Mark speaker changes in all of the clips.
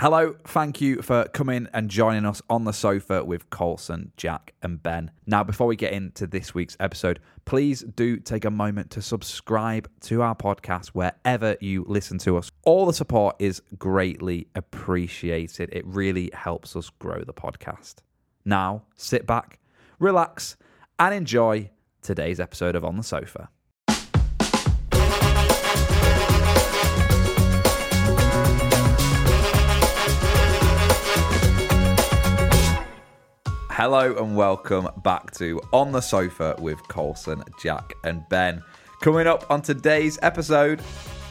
Speaker 1: Hello, thank you for coming and joining us on the sofa with Colson, Jack, and Ben. Now, before we get into this week's episode, please do take a moment to subscribe to our podcast wherever you listen to us. All the support is greatly appreciated. It really helps us grow the podcast. Now, sit back, relax, and enjoy today's episode of On the Sofa. Hello and welcome back to On the Sofa with Colson, Jack, and Ben. Coming up on today's episode,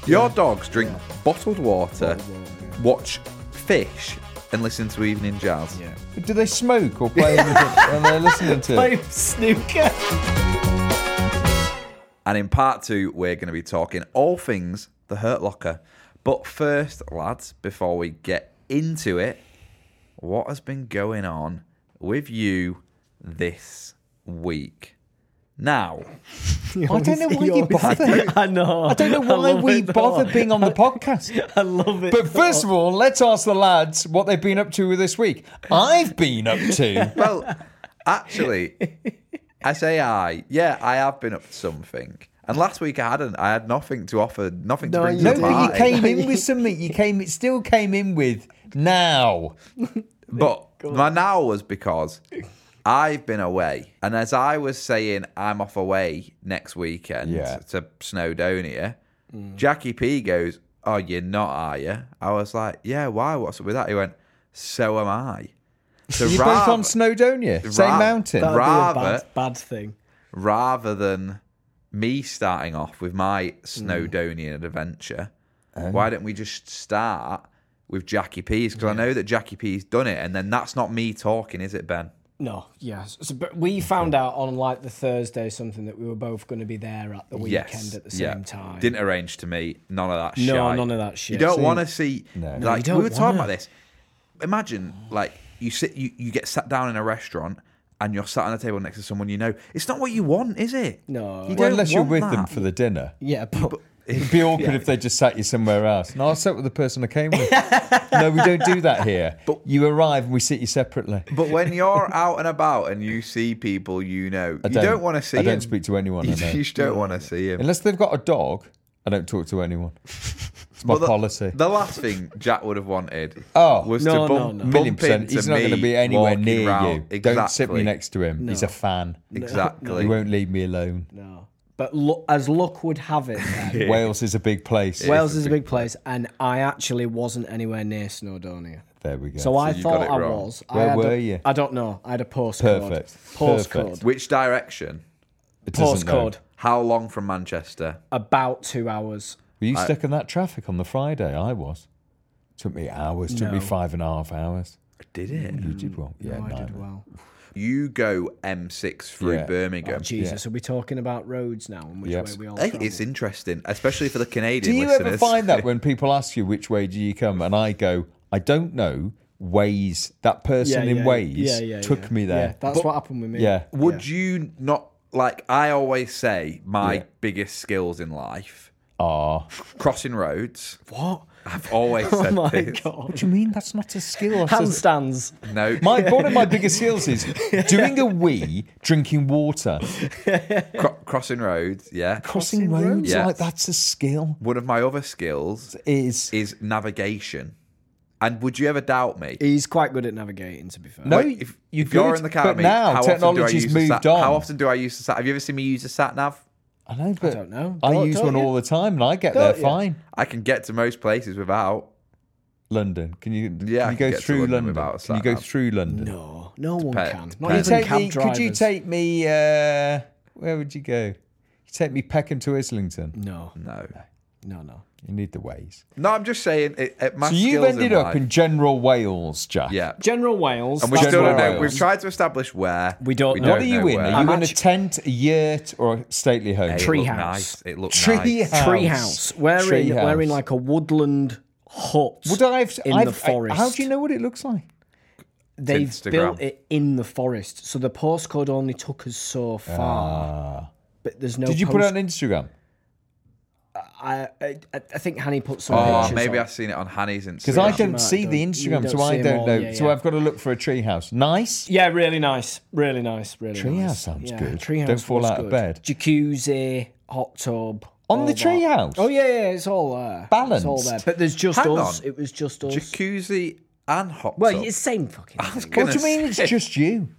Speaker 1: your dogs drink bottled water, watch fish, and listen to evening jazz.
Speaker 2: Do they smoke or play anything when they're listening to? it?
Speaker 3: snooker.
Speaker 1: And in part two, we're going to be talking all things the Hurt Locker. But first, lads, before we get into it, what has been going on with you this week? Now,
Speaker 2: I don't know why you bother.
Speaker 3: I know.
Speaker 2: I don't know why
Speaker 3: love
Speaker 2: we
Speaker 3: it
Speaker 2: bother
Speaker 3: though.
Speaker 2: being on the podcast.
Speaker 3: I love it.
Speaker 2: But first of all, let's ask the lads what they've been up to this week. I've been up to.
Speaker 1: well, actually, I say I. Yeah, I have been up to something. And last week I hadn't. I had nothing to offer, nothing to
Speaker 3: No,
Speaker 1: bring to
Speaker 3: you
Speaker 2: No,
Speaker 1: the
Speaker 2: but
Speaker 1: party.
Speaker 2: you came in with something. You came. It still came in with now.
Speaker 1: But my now was because I've been away. And as I was saying, I'm off away next weekend
Speaker 2: Yeah.
Speaker 1: to Snowdonia,
Speaker 2: Mm.
Speaker 1: Jackie P goes, Oh, you're not, are you? I was like, Yeah, why? What's up with that? He went, So am I. So
Speaker 2: You both on Snowdonia, same
Speaker 1: Ra-
Speaker 2: mountain.
Speaker 1: Ra-
Speaker 3: That'd be a
Speaker 1: rather-
Speaker 3: bad, bad thing.
Speaker 1: rather than me starting off with my
Speaker 3: Hmm.
Speaker 1: Snowdonian adventure,
Speaker 3: Oh.
Speaker 1: why don't we just start with Jackie P's? Because I know that Jackie P's done it, and then that's not me talking, is it, Ben?
Speaker 3: No, yes. So, but we found out on like the Thursday something that we were both going to be there at the weekend at the same
Speaker 1: yeah.
Speaker 3: time.
Speaker 1: Didn't arrange to meet. None of that
Speaker 3: No,
Speaker 1: shit.
Speaker 3: none of that shit.
Speaker 1: You don't
Speaker 3: So-
Speaker 1: want to see. No.
Speaker 2: No,
Speaker 1: Like
Speaker 3: you
Speaker 1: we
Speaker 3: don't
Speaker 1: were talking
Speaker 3: wanna.
Speaker 1: about this. Imagine like you sit, you, you get sat down in a restaurant. And you're sat on a table next to someone you know. It's not what you want, is it?
Speaker 3: No.
Speaker 1: You
Speaker 2: Well,
Speaker 1: don't
Speaker 2: unless you're
Speaker 1: want
Speaker 2: with
Speaker 1: that.
Speaker 2: them for the dinner.
Speaker 3: Yeah, but
Speaker 2: It'd be awkward if they just sat you somewhere else. No, I sat with the person I came with. no, we don't do that here. But you arrive and we sit you separately.
Speaker 1: But when you're out and about and you see people you know, you don't, want to see
Speaker 2: I don't
Speaker 1: him.
Speaker 2: speak to anyone.
Speaker 1: You,
Speaker 2: I know.
Speaker 1: you just don't want to see him.
Speaker 2: Unless they've got a dog, I don't talk to anyone. It's my
Speaker 1: But the,
Speaker 2: policy.
Speaker 1: The last thing Jack would have wanted
Speaker 2: Oh.
Speaker 1: was
Speaker 3: No,
Speaker 1: to
Speaker 3: no,
Speaker 1: bump,
Speaker 3: no.
Speaker 1: bump
Speaker 2: Million percent.
Speaker 1: into
Speaker 2: He's not going to
Speaker 1: me
Speaker 2: be anywhere
Speaker 1: walking
Speaker 2: near
Speaker 1: round.
Speaker 2: you.
Speaker 1: Exactly.
Speaker 2: Don't sit me next to him. He's a fan.
Speaker 1: Exactly.
Speaker 2: He won't leave me alone.
Speaker 3: no. But lu as luck would have it, then,
Speaker 2: Wales is a big place.
Speaker 3: Wales is a big place, and I actually wasn't anywhere near Snowdonia.
Speaker 2: There we go.
Speaker 3: So I
Speaker 1: you got
Speaker 3: thought
Speaker 1: it
Speaker 3: I
Speaker 1: wrong.
Speaker 3: was.
Speaker 2: Where
Speaker 3: I had
Speaker 2: were
Speaker 3: a,
Speaker 2: you?
Speaker 3: I don't know. I had a postcode.
Speaker 2: Perfect.
Speaker 3: Postcode.
Speaker 1: Which direction?
Speaker 2: It doesn't know.
Speaker 3: Postcode.
Speaker 1: How long from Manchester?
Speaker 3: About two hours.
Speaker 2: Were you stuck in that traffic on the Friday? I was. Took me hours. Took me
Speaker 3: No. Mm.
Speaker 2: five and a half hours.
Speaker 1: Did it?
Speaker 2: You did well. Yeah,
Speaker 3: I did
Speaker 2: neither.
Speaker 3: well.
Speaker 1: Hmm. You go M6 through
Speaker 2: Yeah.
Speaker 1: Birmingham.
Speaker 3: Oh, Jesus, are we talking about roads now and which
Speaker 2: Yep.
Speaker 3: way we all
Speaker 1: Hey,
Speaker 3: travel?
Speaker 1: it's interesting, especially for the Canadian
Speaker 2: Do you
Speaker 1: listeners.
Speaker 2: ever find that when people ask you which way do you come, and I go, I don't know. Ways that person in Ways took
Speaker 3: yeah.
Speaker 2: me
Speaker 3: Yeah,
Speaker 2: there.
Speaker 3: that's
Speaker 2: But-
Speaker 3: what happened with me.
Speaker 2: Yeah.
Speaker 1: Would you not like? I always say my biggest skills in life
Speaker 2: are.
Speaker 1: Crossing roads.
Speaker 3: What?
Speaker 1: I've always
Speaker 3: Oh
Speaker 1: said
Speaker 3: my
Speaker 1: this.
Speaker 2: What
Speaker 3: god.
Speaker 2: do you mean that's not a skill? I said-
Speaker 3: Handstands.
Speaker 1: No.
Speaker 2: my one of my biggest skills is doing a wee, drinking water,
Speaker 1: Cro- crossing roads, yeah.
Speaker 2: crossing roads.
Speaker 1: Yeah.
Speaker 2: Like that's a skill.
Speaker 1: One of my other skills
Speaker 2: Is
Speaker 1: is navigation. And would you ever doubt me?
Speaker 3: He's quite good at navigating, to be fair.
Speaker 2: No,
Speaker 1: Wait, if,
Speaker 2: you're
Speaker 1: if you're
Speaker 2: good,
Speaker 1: in the car with
Speaker 2: but
Speaker 1: me,
Speaker 2: now
Speaker 1: how
Speaker 2: technology's
Speaker 1: often do I use
Speaker 2: moved
Speaker 1: a sat- How
Speaker 2: on.
Speaker 1: often do I use the sat? Have you ever seen me use a sat nav?
Speaker 2: I know, but
Speaker 3: don't know.
Speaker 2: I
Speaker 3: Don't-
Speaker 2: use
Speaker 3: don't
Speaker 2: one
Speaker 3: you?
Speaker 2: all the time, and I get
Speaker 3: Don't
Speaker 2: there
Speaker 3: you?
Speaker 2: fine.
Speaker 1: I can get to most places without.
Speaker 2: London, can you?
Speaker 1: Yeah, I
Speaker 2: can you
Speaker 1: can
Speaker 2: go
Speaker 1: get to
Speaker 2: through
Speaker 1: London
Speaker 2: London?
Speaker 1: without a
Speaker 2: can you
Speaker 1: sat
Speaker 2: go
Speaker 1: nav.
Speaker 2: through London?
Speaker 3: No, no one
Speaker 1: Depends.
Speaker 3: can. Not
Speaker 1: Depends.
Speaker 2: Could you
Speaker 3: even
Speaker 2: take
Speaker 3: cab
Speaker 2: me,
Speaker 3: drivers.
Speaker 2: could you take me? Uh, where would you go? You take me Peckham to Islington.
Speaker 3: No,
Speaker 1: No,
Speaker 3: no, no.
Speaker 2: You need the ways.
Speaker 1: no. I'm just saying. It, it, my
Speaker 2: so you've
Speaker 1: skills
Speaker 2: ended up
Speaker 1: life-
Speaker 2: in general Wales, Jack.
Speaker 1: yeah,
Speaker 3: General Wales.
Speaker 1: and we
Speaker 3: that's
Speaker 1: still
Speaker 3: where
Speaker 1: don't
Speaker 2: General
Speaker 3: I
Speaker 1: know.
Speaker 2: Wales.
Speaker 1: We've tried to establish where
Speaker 3: We don't know.
Speaker 2: What are you in?
Speaker 1: where.
Speaker 2: Are you
Speaker 3: I'm
Speaker 2: in a
Speaker 3: actu-
Speaker 2: tent, a yurt, or a stately home?
Speaker 1: It
Speaker 3: Tree
Speaker 1: looked nice.
Speaker 3: house.
Speaker 1: It looked
Speaker 2: Tree
Speaker 1: nice.
Speaker 2: house.
Speaker 3: Treehouse. We're
Speaker 2: Tree
Speaker 3: in we're in
Speaker 2: house.
Speaker 3: like a woodland hut.
Speaker 2: Would I have
Speaker 3: in
Speaker 2: I've,
Speaker 3: the
Speaker 2: I-
Speaker 3: forest?
Speaker 2: how do you know what it looks like?
Speaker 3: They've
Speaker 1: Instagram.
Speaker 3: built it in the forest, so the postcode only took us so far. But there's
Speaker 2: Ah.
Speaker 3: no.
Speaker 2: Did you put it
Speaker 3: post-
Speaker 2: on Instagram?
Speaker 3: I, I I think Hanny put some.
Speaker 2: Ah,
Speaker 1: Oh,
Speaker 3: pictures
Speaker 1: maybe
Speaker 3: on.
Speaker 1: I've seen it on Hanny's Instagram.
Speaker 2: Because I don't
Speaker 3: might
Speaker 2: see the
Speaker 3: don't- you
Speaker 2: Instagram, so
Speaker 3: don't
Speaker 2: I
Speaker 3: see 'em
Speaker 2: don't
Speaker 3: all,
Speaker 2: know.
Speaker 3: yeah,
Speaker 2: so
Speaker 3: yeah.
Speaker 2: I've got to look for a treehouse. Nice.
Speaker 3: Yeah, really nice. Really nice. Really
Speaker 2: Treehouse
Speaker 3: nice.
Speaker 2: sounds
Speaker 3: yeah,
Speaker 2: good.
Speaker 3: Treehouse
Speaker 2: Don't fall
Speaker 3: was
Speaker 2: out of
Speaker 3: good.
Speaker 2: bed.
Speaker 3: Jacuzzi, hot tub.
Speaker 2: On
Speaker 3: all
Speaker 2: the
Speaker 3: that.
Speaker 2: treehouse?
Speaker 3: Oh yeah, yeah, it's all there. It's all there.
Speaker 2: Balanced.
Speaker 3: But there's just
Speaker 1: Hang
Speaker 3: us.
Speaker 1: on.
Speaker 3: It was just us.
Speaker 1: jacuzzi and hot
Speaker 3: well,
Speaker 1: tub.
Speaker 3: it's same fucking. thing.
Speaker 1: gonna
Speaker 2: What do you mean it's
Speaker 1: say-
Speaker 2: just you?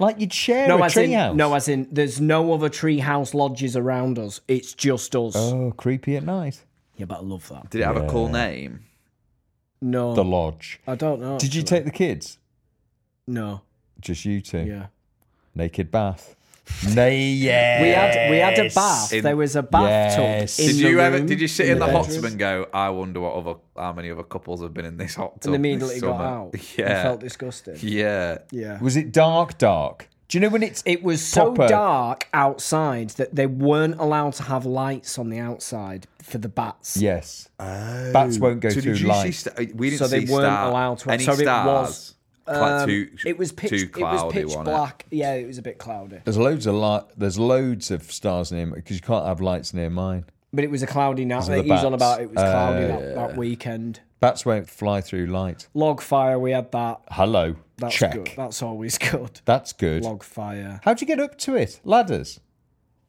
Speaker 2: Like you'd share
Speaker 3: No,
Speaker 2: a
Speaker 3: as
Speaker 2: treehouse?
Speaker 3: in, no, as in, there's no other treehouse lodges around us. It's just us.
Speaker 2: Oh, creepy at night.
Speaker 3: Yeah, but I love that.
Speaker 1: Did it have a cool name?
Speaker 3: No,
Speaker 2: The lodge.
Speaker 3: I don't know.
Speaker 2: Did you
Speaker 3: actually.
Speaker 2: take the kids?
Speaker 3: No.
Speaker 2: Just you two.
Speaker 3: Yeah.
Speaker 2: Naked bath. Nay, yeah.
Speaker 3: We had we had a bath.
Speaker 1: In-
Speaker 3: there was a bathtub.
Speaker 2: Yes.
Speaker 3: In
Speaker 1: Did
Speaker 3: the
Speaker 1: you ever?
Speaker 3: room,
Speaker 1: Did you sit in the hot
Speaker 3: bedroom.
Speaker 1: tub and go? I wonder what other how many other couples have been in this hot tub
Speaker 3: And
Speaker 1: this
Speaker 3: immediately got
Speaker 1: summer?"
Speaker 3: out.
Speaker 1: Yeah,
Speaker 3: I felt disgusted. Yeah.
Speaker 1: Yeah,
Speaker 2: Was it dark, dark? Do you know when it's
Speaker 3: It was so
Speaker 2: Proper.
Speaker 3: dark outside that they weren't allowed to have lights on the outside for the bats.
Speaker 2: Yes. Bats won't go
Speaker 1: Oh. So
Speaker 2: through
Speaker 1: did you see?
Speaker 2: light.
Speaker 1: St- we didn't
Speaker 3: So they
Speaker 1: see
Speaker 3: weren't
Speaker 1: star-
Speaker 3: allowed to-
Speaker 1: Any
Speaker 3: so it
Speaker 1: stars?
Speaker 3: was,
Speaker 1: Cla-
Speaker 3: Um,
Speaker 1: too,
Speaker 3: it was pitch.
Speaker 1: too cloudy,
Speaker 3: it was pitch
Speaker 1: wasn't it?
Speaker 3: black. Yeah, it was a bit cloudy,
Speaker 2: There's loads of light. There's loads of stars near because you can't have lights near mine.
Speaker 3: but it was a cloudy night.
Speaker 2: are the
Speaker 3: He was on
Speaker 2: bats.
Speaker 3: about it was cloudy
Speaker 2: Oh,
Speaker 3: that, that weekend.
Speaker 2: Bats won't fly through light.
Speaker 3: Log fire, we had that.
Speaker 2: Hello.
Speaker 3: That's
Speaker 2: Check.
Speaker 3: good. That's always good.
Speaker 2: That's good.
Speaker 3: Log fire.
Speaker 2: How'd you get up to it? Ladders.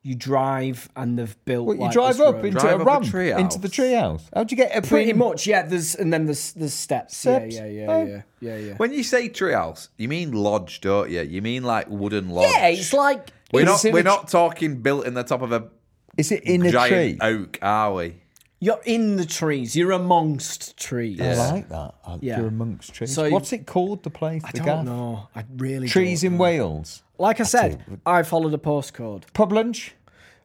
Speaker 3: You drive and they've built.
Speaker 2: What, you
Speaker 3: like,
Speaker 2: drive
Speaker 3: this
Speaker 2: up
Speaker 3: road.
Speaker 2: into
Speaker 1: Drive
Speaker 2: a
Speaker 1: up a
Speaker 2: ramp,
Speaker 1: tree
Speaker 2: into the treehouse. How'd you get up?
Speaker 3: Pretty
Speaker 2: in?
Speaker 3: much, yeah. There's and then there's there's steps.
Speaker 2: Steps?
Speaker 3: Yeah, yeah,
Speaker 2: Oh.
Speaker 3: yeah, yeah, yeah, yeah.
Speaker 1: When you say treehouse, you mean lodge, don't you? You mean like wooden lodge?
Speaker 3: Yeah, it's like
Speaker 1: we're
Speaker 3: it's
Speaker 1: not
Speaker 3: in a-
Speaker 1: we're not talking built in the top of a
Speaker 2: Is it in a tree?
Speaker 1: giant oak, are we?
Speaker 3: You're in the trees. You're amongst trees.
Speaker 2: I like that. I-
Speaker 3: Yeah.
Speaker 2: You're amongst trees.
Speaker 3: So-
Speaker 2: What's it called? The place?
Speaker 3: I
Speaker 2: the
Speaker 3: don't
Speaker 2: gaff?
Speaker 3: know. I really
Speaker 2: Trees
Speaker 3: don't
Speaker 2: in
Speaker 3: know.
Speaker 2: Wales.
Speaker 3: Like I said, I followed a postcode.
Speaker 2: Pub lunch.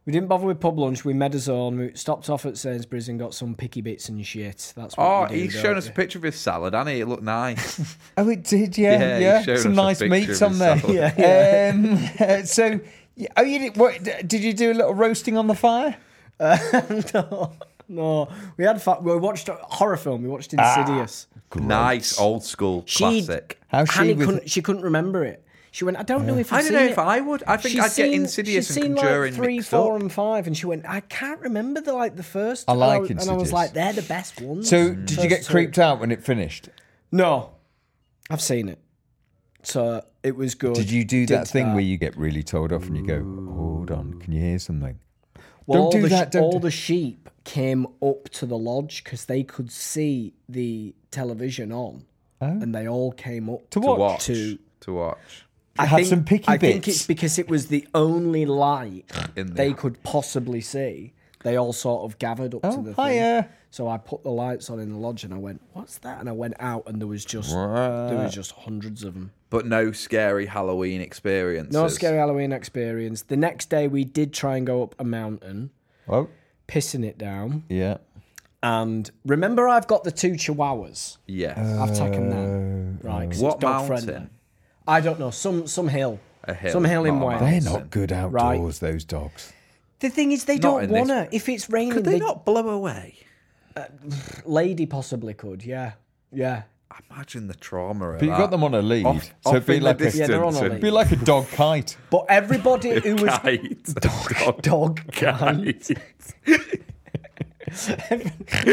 Speaker 3: We didn't bother with pub lunch. We made us own. We stopped off at Sainsbury's and got some picky bits and shit. That's what
Speaker 1: Oh,
Speaker 3: you do,
Speaker 1: he's
Speaker 3: don't
Speaker 1: shown us a
Speaker 3: you?
Speaker 1: picture of his salad, hasn't he? It looked nice.
Speaker 2: Oh, it did. Yeah,
Speaker 1: Yeah, he
Speaker 2: yeah.
Speaker 1: showed us
Speaker 2: Some
Speaker 1: a
Speaker 2: nice
Speaker 1: picture
Speaker 2: meats
Speaker 1: of
Speaker 2: on
Speaker 1: his
Speaker 2: there.
Speaker 1: salad.
Speaker 2: Um, so, y- oh, you did. What, d- did you do a little roasting on the fire?
Speaker 3: no, no. We had fa- we watched a horror film. We watched Insidious.
Speaker 1: nice, old school,
Speaker 3: She'd-
Speaker 1: Ah, classic.
Speaker 2: How she
Speaker 3: Hannah
Speaker 2: with-
Speaker 3: couldn't, she couldn't remember it. She went, I don't know if
Speaker 1: I
Speaker 3: I've
Speaker 1: don't
Speaker 3: seen
Speaker 1: know if
Speaker 3: it."
Speaker 1: I would. I think
Speaker 3: She's
Speaker 1: I'd get
Speaker 3: seen-
Speaker 1: Insidious
Speaker 3: she's
Speaker 1: and
Speaker 3: seen
Speaker 1: Conjuring
Speaker 3: like three,
Speaker 1: mixed
Speaker 3: four,
Speaker 1: up.
Speaker 3: and five, and she went, I can't remember the like the first.
Speaker 2: I
Speaker 3: And
Speaker 2: like
Speaker 3: w- And I was
Speaker 2: Insidious.
Speaker 3: like, they're the best ones. Mm.
Speaker 2: So, did you
Speaker 3: First
Speaker 2: get
Speaker 3: two.
Speaker 2: creeped out when it finished?
Speaker 3: No, I've seen it. So it was good.
Speaker 2: Did you do
Speaker 3: Did
Speaker 2: that thing where you get really told off and you go, "Hold on, can you hear something?"
Speaker 3: Well,
Speaker 2: Don't
Speaker 3: all
Speaker 2: do
Speaker 3: the sh-
Speaker 2: that, don't
Speaker 3: all
Speaker 2: do-
Speaker 3: the sheep came up to the lodge because they could see the television on, and they all came up
Speaker 2: Oh. To
Speaker 1: To
Speaker 2: watch.
Speaker 1: watch.
Speaker 3: To-
Speaker 1: to watch.
Speaker 3: I
Speaker 2: Have some picky
Speaker 3: I think
Speaker 2: bits.
Speaker 3: it's because it was the only light
Speaker 1: In the-
Speaker 3: they could possibly see. They all sort of gathered up to
Speaker 2: Oh,
Speaker 3: the
Speaker 2: hiya.
Speaker 3: thing. So I put the lights on in the lodge and I went, "What's that?" And I went out and there was just there was just hundreds of them.
Speaker 1: But no scary Halloween experiences.
Speaker 3: No scary Halloween experience. The next day we did try and go up a mountain,
Speaker 2: Oh,
Speaker 3: pissing it down.
Speaker 2: yeah.
Speaker 3: And remember, I've got the two chihuahuas.
Speaker 1: Yes.
Speaker 3: I've taken them. Right. 'cause
Speaker 1: Uh, What
Speaker 3: it's dog friendly.
Speaker 1: mountain?
Speaker 3: I don't know. Some some hill.
Speaker 1: A hill,
Speaker 3: Some hill in
Speaker 1: not a
Speaker 3: Wales.
Speaker 1: mountain.
Speaker 2: They're not good outdoors. Those dogs.
Speaker 3: The thing is, they
Speaker 1: Not
Speaker 3: don't
Speaker 1: in this-
Speaker 3: want to. If it's raining,
Speaker 1: Could they not blow away?
Speaker 3: Lady possibly could. Yeah. Yeah.
Speaker 1: Imagine the trauma.
Speaker 2: But you got them on a lead,
Speaker 1: Off,
Speaker 2: so
Speaker 1: off
Speaker 2: it'd be
Speaker 1: in
Speaker 2: like
Speaker 1: the
Speaker 2: a-
Speaker 3: Yeah,
Speaker 1: distance.
Speaker 3: they're on a
Speaker 1: and-
Speaker 2: Be like a dog kite.
Speaker 3: But everybody who was
Speaker 1: Kite.
Speaker 3: dog kite.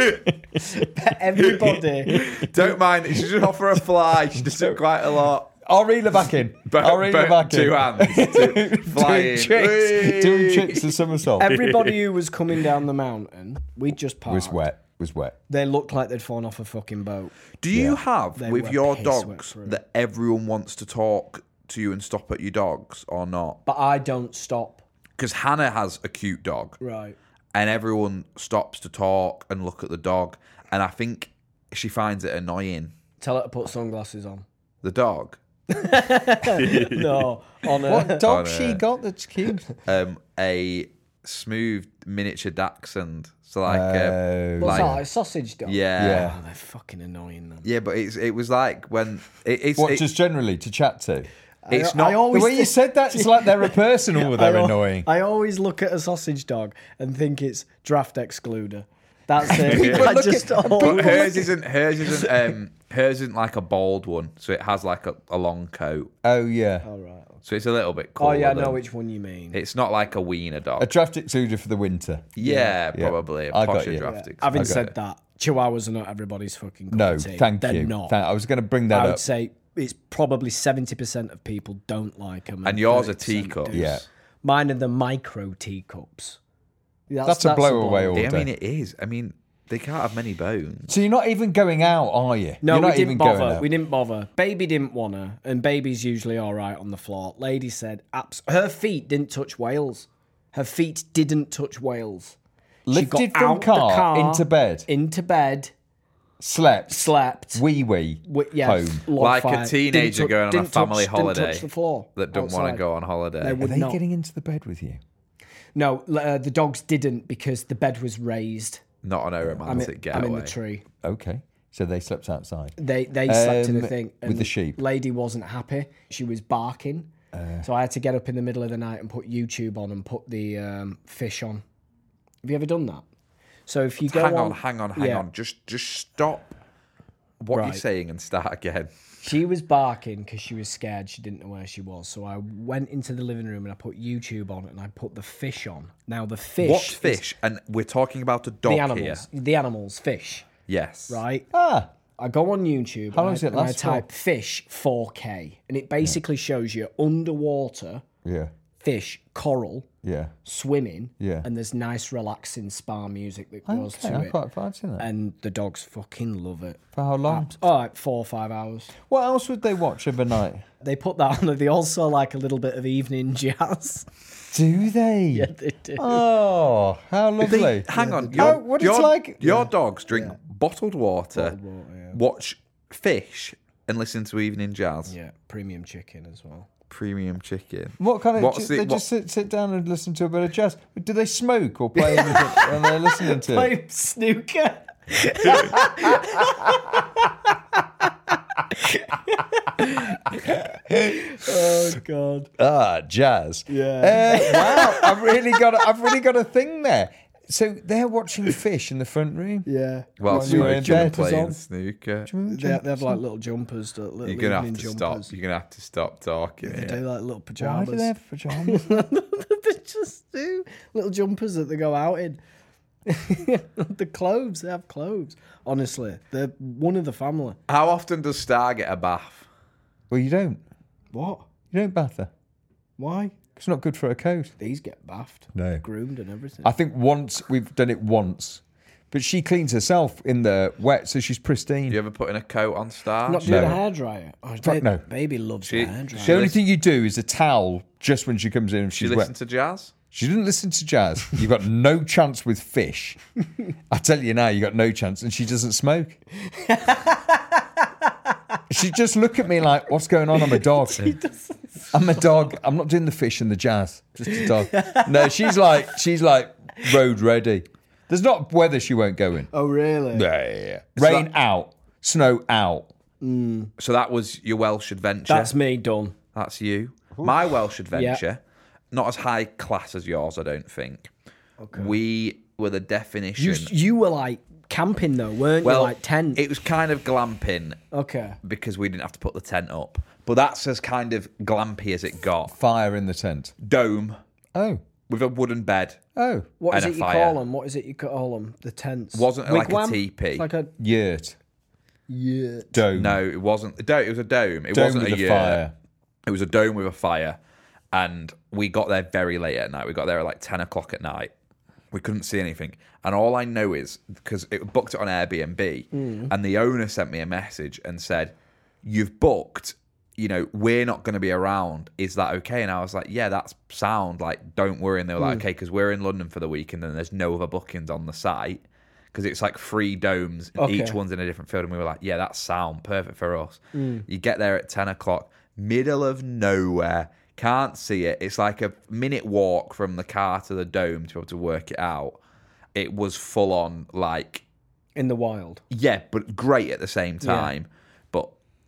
Speaker 3: Everybody.
Speaker 1: Don't mind. She doesn't offer a fly. She does it quite a lot.
Speaker 2: I'll reel her back in.
Speaker 1: But-
Speaker 2: I'll reel
Speaker 1: but
Speaker 2: her back
Speaker 1: two
Speaker 2: in.
Speaker 1: hands, two- flying.
Speaker 2: doing tricks,
Speaker 1: Whee!
Speaker 2: doing tricks and somersault.
Speaker 3: Everybody who was coming down the mountain, we just parked.
Speaker 2: was wet. Was wet.
Speaker 3: They looked like they'd fallen off a fucking boat.
Speaker 1: Do you have
Speaker 3: They
Speaker 1: with
Speaker 3: were
Speaker 1: your
Speaker 3: piss wet
Speaker 1: dogs
Speaker 3: through.
Speaker 1: that everyone wants to talk to you and stop at your dogs or not?
Speaker 3: But I don't stop.
Speaker 1: Because Hannah has a cute dog,
Speaker 3: Right.
Speaker 1: and everyone stops to talk and look at the dog, and I think she finds it annoying.
Speaker 3: Tell her to put sunglasses on.
Speaker 1: The dog,
Speaker 3: No, on a
Speaker 2: What
Speaker 1: dog
Speaker 2: dog
Speaker 1: she
Speaker 2: she got that's cute?
Speaker 1: um, a smooth miniature dachshund, so like,
Speaker 2: Oh.
Speaker 1: um,
Speaker 3: What's
Speaker 1: like
Speaker 3: that, like a sausage dog?
Speaker 1: yeah.
Speaker 3: Oh, they're fucking annoying them.
Speaker 1: Yeah, but it's it was like when it, it's
Speaker 2: What,
Speaker 1: it-
Speaker 2: just generally to chat to?
Speaker 1: it's
Speaker 3: I
Speaker 1: not
Speaker 2: The
Speaker 3: always-
Speaker 2: way you said that, it's like they're a person or they're
Speaker 3: I al-
Speaker 2: annoying.
Speaker 3: I always look at a sausage dog and think it's draft excluder. That's it.
Speaker 2: People
Speaker 3: I
Speaker 2: look
Speaker 3: just
Speaker 2: at-
Speaker 1: but
Speaker 3: always-
Speaker 1: hers isn't hers isn't um hers isn't like a bald one, so it has like a, a long coat,
Speaker 2: oh yeah,
Speaker 1: so it's a little bit
Speaker 3: Oh
Speaker 1: cooler.
Speaker 3: yeah, I know
Speaker 1: than-
Speaker 3: which one you mean.
Speaker 1: It's not like a wiener dog.
Speaker 2: a draft exuder for the winter.
Speaker 1: yeah,
Speaker 2: yeah.
Speaker 1: probably. A
Speaker 2: I got
Speaker 1: posher
Speaker 2: you.
Speaker 1: draft ex-
Speaker 3: Having
Speaker 1: okay.
Speaker 3: said that, Chihuahuas are not everybody's fucking. cup
Speaker 2: No,
Speaker 3: of tea.
Speaker 2: thank
Speaker 3: They're
Speaker 2: you.
Speaker 3: not.
Speaker 2: Thank- I was going to bring that
Speaker 3: I
Speaker 2: up.
Speaker 3: would say it's probably seventy percent of people don't like them,
Speaker 1: and yours are
Speaker 3: 30%
Speaker 1: teacups.
Speaker 3: do.
Speaker 2: Yeah.
Speaker 3: Mine are the micro teacups.
Speaker 2: That's a blow away
Speaker 3: blow.
Speaker 2: all
Speaker 1: Yeah, I
Speaker 2: day.
Speaker 1: mean it is. I mean they can't have many bones.
Speaker 2: so you're not even going out, are you?
Speaker 3: No,
Speaker 2: you're
Speaker 3: we
Speaker 2: not
Speaker 3: didn't
Speaker 2: even going
Speaker 3: bother.
Speaker 2: out.
Speaker 3: We didn't bother. Baby didn't want her, and baby's usually all right on the floor. Lady said, abs- her feet didn't touch Wales. Her feet didn't touch Wales.
Speaker 2: Lifted from car into bed.
Speaker 3: into bed,
Speaker 2: Slept,
Speaker 3: slept.
Speaker 2: wee wee,
Speaker 3: wi- yeah,
Speaker 2: home.
Speaker 3: log
Speaker 1: Like
Speaker 3: fire.
Speaker 1: a teenager
Speaker 3: Didn't tou-
Speaker 1: going on a
Speaker 3: didn't touch-
Speaker 1: family
Speaker 3: didn't
Speaker 1: holiday
Speaker 3: touch the floor
Speaker 1: that don't want to
Speaker 3: outside.
Speaker 1: go on holiday.
Speaker 3: They
Speaker 2: Are
Speaker 3: would
Speaker 2: they
Speaker 3: not.
Speaker 2: getting into the bed with you?
Speaker 3: No, l- uh, the dogs didn't because the bed was raised.
Speaker 1: Not on a
Speaker 3: I'm,
Speaker 1: romantic
Speaker 3: in, I'm
Speaker 1: getaway.
Speaker 3: in the tree.
Speaker 2: Okay, so they slept outside.
Speaker 3: They they slept in
Speaker 2: Um,
Speaker 3: the thing
Speaker 2: with the sheep.
Speaker 3: Lady wasn't happy. She was barking, so I had to get up in the middle of the night and put YouTube on and put the um, fish on. Have you ever done that? So if you go
Speaker 1: Hang
Speaker 3: on,
Speaker 1: on, hang on, hang
Speaker 3: yeah.
Speaker 1: on. Just just stop what you're
Speaker 3: Right.
Speaker 1: saying and start again.
Speaker 3: She was barking because she was scared. She didn't know where she was. So I went into the living room and I put YouTube on and I put the fish on. Now the fish,
Speaker 1: What
Speaker 3: is
Speaker 1: fish? And we're talking about a dog
Speaker 3: The
Speaker 1: here.
Speaker 3: animals, the animals, fish,
Speaker 1: Yes.
Speaker 3: right?
Speaker 2: Ah,
Speaker 3: I go on YouTube.
Speaker 2: How long
Speaker 3: and I-
Speaker 2: does it
Speaker 3: and
Speaker 2: last for?
Speaker 3: I type fish 4K, and it basically shows you underwater
Speaker 2: yeah,
Speaker 3: fish, coral,
Speaker 2: yeah.
Speaker 3: swimming,
Speaker 2: Yeah.
Speaker 3: and there's nice relaxing spa music that goes
Speaker 2: Okay,
Speaker 3: to
Speaker 2: I'm
Speaker 3: it.
Speaker 2: quite fancying that.
Speaker 3: And the dogs fucking love it.
Speaker 2: For how long?
Speaker 3: All right, four or five hours.
Speaker 2: What else would they watch overnight?
Speaker 3: They put that on. They also like a little bit of evening jazz.
Speaker 2: Do they?
Speaker 3: yeah, they do.
Speaker 2: Oh, how lovely!
Speaker 1: They- hang on. Your,
Speaker 2: Oh, what
Speaker 1: your,
Speaker 2: it's like?
Speaker 1: Your dogs drink bottled water, watch fish, and listen to evening jazz.
Speaker 3: yeah, premium chicken as well.
Speaker 1: Premium chicken.
Speaker 2: What kind of?
Speaker 1: What's
Speaker 2: ju-
Speaker 1: it-
Speaker 2: they
Speaker 1: what-
Speaker 2: just sit, sit down and listen to a bit of jazz. Do they smoke or play anything? and they're listening to. it?
Speaker 3: Play snooker. oh god.
Speaker 2: Ah, jazz. Yeah. Uh, wow, I've really got. A, I've really got a thing there. So they're watching fish in the front room.
Speaker 3: Yeah.
Speaker 1: Well,
Speaker 2: While you were in
Speaker 1: smoking and
Speaker 2: bed was
Speaker 1: playing
Speaker 2: on.
Speaker 1: snooker.
Speaker 3: They, they have like little jumpers, that- little
Speaker 1: You're gonna have
Speaker 3: evening
Speaker 1: to stop.
Speaker 3: jumpers.
Speaker 1: You're gonna have to stop talking.
Speaker 3: They
Speaker 1: here.
Speaker 3: do like little
Speaker 2: Why
Speaker 3: pajamas.
Speaker 2: do they have pajamas?
Speaker 3: they just do little jumpers that they go out in. the clothes, they have clothes. Honestly, they're one of the family.
Speaker 1: How often does Star get a bath?
Speaker 2: well, you don't.
Speaker 3: What?
Speaker 2: You don't bath her.
Speaker 3: Why?
Speaker 2: It's not good for her coat.
Speaker 3: These get baffed,
Speaker 2: No.
Speaker 3: groomed, and everything.
Speaker 2: I think once we've done it once, but she cleans herself in the wet, so she's pristine.
Speaker 1: You ever putting a coat on Star?
Speaker 3: I'm not doing
Speaker 2: No.
Speaker 3: a hairdryer. Oh,
Speaker 2: Fuck
Speaker 3: ba-
Speaker 2: no.
Speaker 3: Baby loves
Speaker 1: She-
Speaker 3: a hairdryer.
Speaker 2: The only
Speaker 1: listen-
Speaker 2: thing you do is a towel just when she comes in. If
Speaker 1: Do you
Speaker 2: she's
Speaker 1: listen
Speaker 2: wet.
Speaker 1: to jazz?
Speaker 2: She didn't listen to jazz. You've got no chance with fish. I tell you now, you got no chance. And she doesn't smoke. she just look at me like, "What's going on? I'm a dog. I'm a dog. I'm not doing the fish and the jazz. Just a dog." No, she's like, she's like road ready. There's not weather she won't go in.
Speaker 3: oh, really?
Speaker 2: Yeah, yeah, yeah. Rain
Speaker 1: like-
Speaker 2: out, snow out.
Speaker 1: So that was your Welsh adventure.
Speaker 3: That's me done.
Speaker 1: That's you. My Welsh adventure, not as high class as yours, I don't think. We were the definition.
Speaker 3: You you were like camping though, weren't
Speaker 1: well,
Speaker 3: you? Like tent.
Speaker 1: it was kind of glamping
Speaker 3: okay.
Speaker 1: because we didn't have to put the tent up. But that's as kind of glampy as it got.
Speaker 2: Fire in the tent.
Speaker 1: Dome,
Speaker 2: Oh,
Speaker 1: with a wooden bed.
Speaker 2: Oh,
Speaker 3: What is
Speaker 1: And
Speaker 3: it
Speaker 1: a
Speaker 3: you
Speaker 1: fire.
Speaker 3: call them? What is it you call them? The tents.
Speaker 1: Wasn't like a
Speaker 3: Wigwam?
Speaker 1: teepee.
Speaker 3: Like a
Speaker 2: yurt.
Speaker 3: yeah.
Speaker 2: Dome.
Speaker 1: No, it wasn't. a dome- It was a dome. It
Speaker 2: Dome
Speaker 1: wasn't
Speaker 2: with
Speaker 1: a
Speaker 2: a
Speaker 1: year.
Speaker 2: fire.
Speaker 1: It was a dome with a fire, and we got there very late at night. We got there at like ten o'clock at night. We couldn't see anything, and all I know is because it booked it on Airbnb, and the owner sent me a message and said, "You've booked." You know, we're not going to be around. Is that okay? And I was like, yeah, that's sound. Like, don't worry. And they were like, okay, because we're in London for the weekend and there's no other bookings on the site because it's like three domes and each
Speaker 3: Okay.
Speaker 1: one's in a different field. And we were like, yeah, that's sound perfect for us.
Speaker 3: Mm.
Speaker 1: You get there at 10 o'clock, middle of nowhere, can't see it. It's like a minute walk from the car to the dome to be able to work it out. It was full on, like,
Speaker 3: In the wild.
Speaker 1: yeah, but great at the same time, but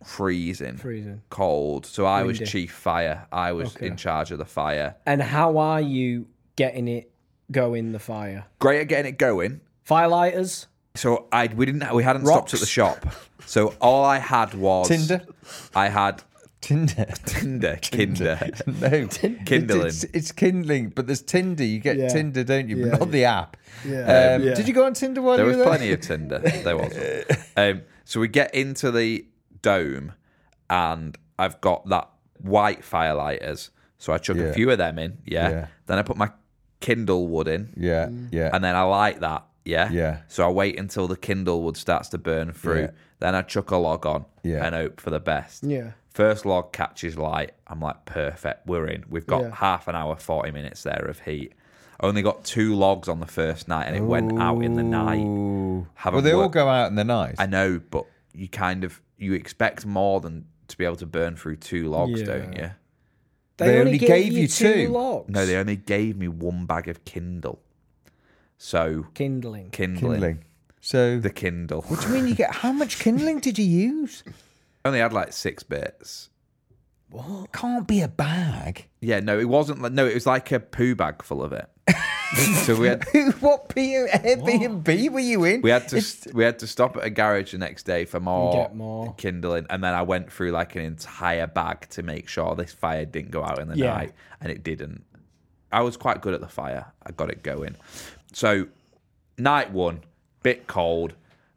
Speaker 1: freezing,
Speaker 3: Freezing.
Speaker 1: cold. So I was
Speaker 3: Windy.
Speaker 1: chief fire. I was in charge of the fire.
Speaker 3: And how are you getting it going? The fire.
Speaker 1: Great at getting it going.
Speaker 3: Firelighters.
Speaker 1: So I we didn't we hadn't stopped at
Speaker 3: Rocks.
Speaker 1: the shop. So all I had was
Speaker 2: Tinder.
Speaker 1: I had
Speaker 2: Tinder.
Speaker 1: Tinder, Kinder,
Speaker 2: no.
Speaker 1: Kindling.
Speaker 2: It's, it's kindling, but there's Tinder. You get
Speaker 3: Yeah.
Speaker 2: Tinder, don't you? But
Speaker 3: Yeah,
Speaker 2: not the app. Um,
Speaker 3: Yeah.
Speaker 2: Did you go on Tinder while
Speaker 1: There was
Speaker 2: you were there?
Speaker 1: plenty of Tinder. There was. Um, so we get into the dome, and I've got that white firelighters. So I chuck a
Speaker 2: Yeah.
Speaker 1: few of them in. Yeah.
Speaker 2: Yeah.
Speaker 1: Then I put my Kindle wood in,
Speaker 2: Yeah,
Speaker 3: Mm.
Speaker 2: yeah.
Speaker 1: and then I light that. Yeah.
Speaker 2: Yeah.
Speaker 1: So I wait until the Kindle wood starts to burn through.
Speaker 2: Yeah.
Speaker 1: Then I chuck a log on
Speaker 2: Yeah.
Speaker 1: and hope for the best.
Speaker 3: Yeah.
Speaker 1: First log catches light. I'm like, perfect. We're in. We've got
Speaker 3: Yeah.
Speaker 1: half an hour, 40 minutes there of heat. I only got two logs on the first night and it went out in the night. Haven't
Speaker 2: well, they all
Speaker 1: worked-
Speaker 2: go out in the night.
Speaker 1: I know, but you kind of you expect more than to be able to burn through two logs,
Speaker 3: Yeah.
Speaker 1: don't you?
Speaker 2: They only gave you two.
Speaker 3: logs.
Speaker 1: No, they only gave me one bag of Kindle. So
Speaker 3: kindling.
Speaker 1: kindling,
Speaker 2: kindling. So,
Speaker 1: the Kindle.
Speaker 2: what do you mean you get? How much kindling did you use?
Speaker 1: I only had like six bits.
Speaker 2: Can't be a bag.
Speaker 1: Yeah, no, it wasn't. like No, it was like a poo bag full of it. so we had
Speaker 2: Who? What P- Airbnb were you in?
Speaker 1: we had to st- we had to stop at a garage the next day for more,
Speaker 3: get more.
Speaker 1: kindling, and then I went through like an entire bag to make sure this fire didn't go out in the
Speaker 3: Yeah.
Speaker 1: night, and it didn't. I was quite good at the fire. I got it going. So night one, bit cold.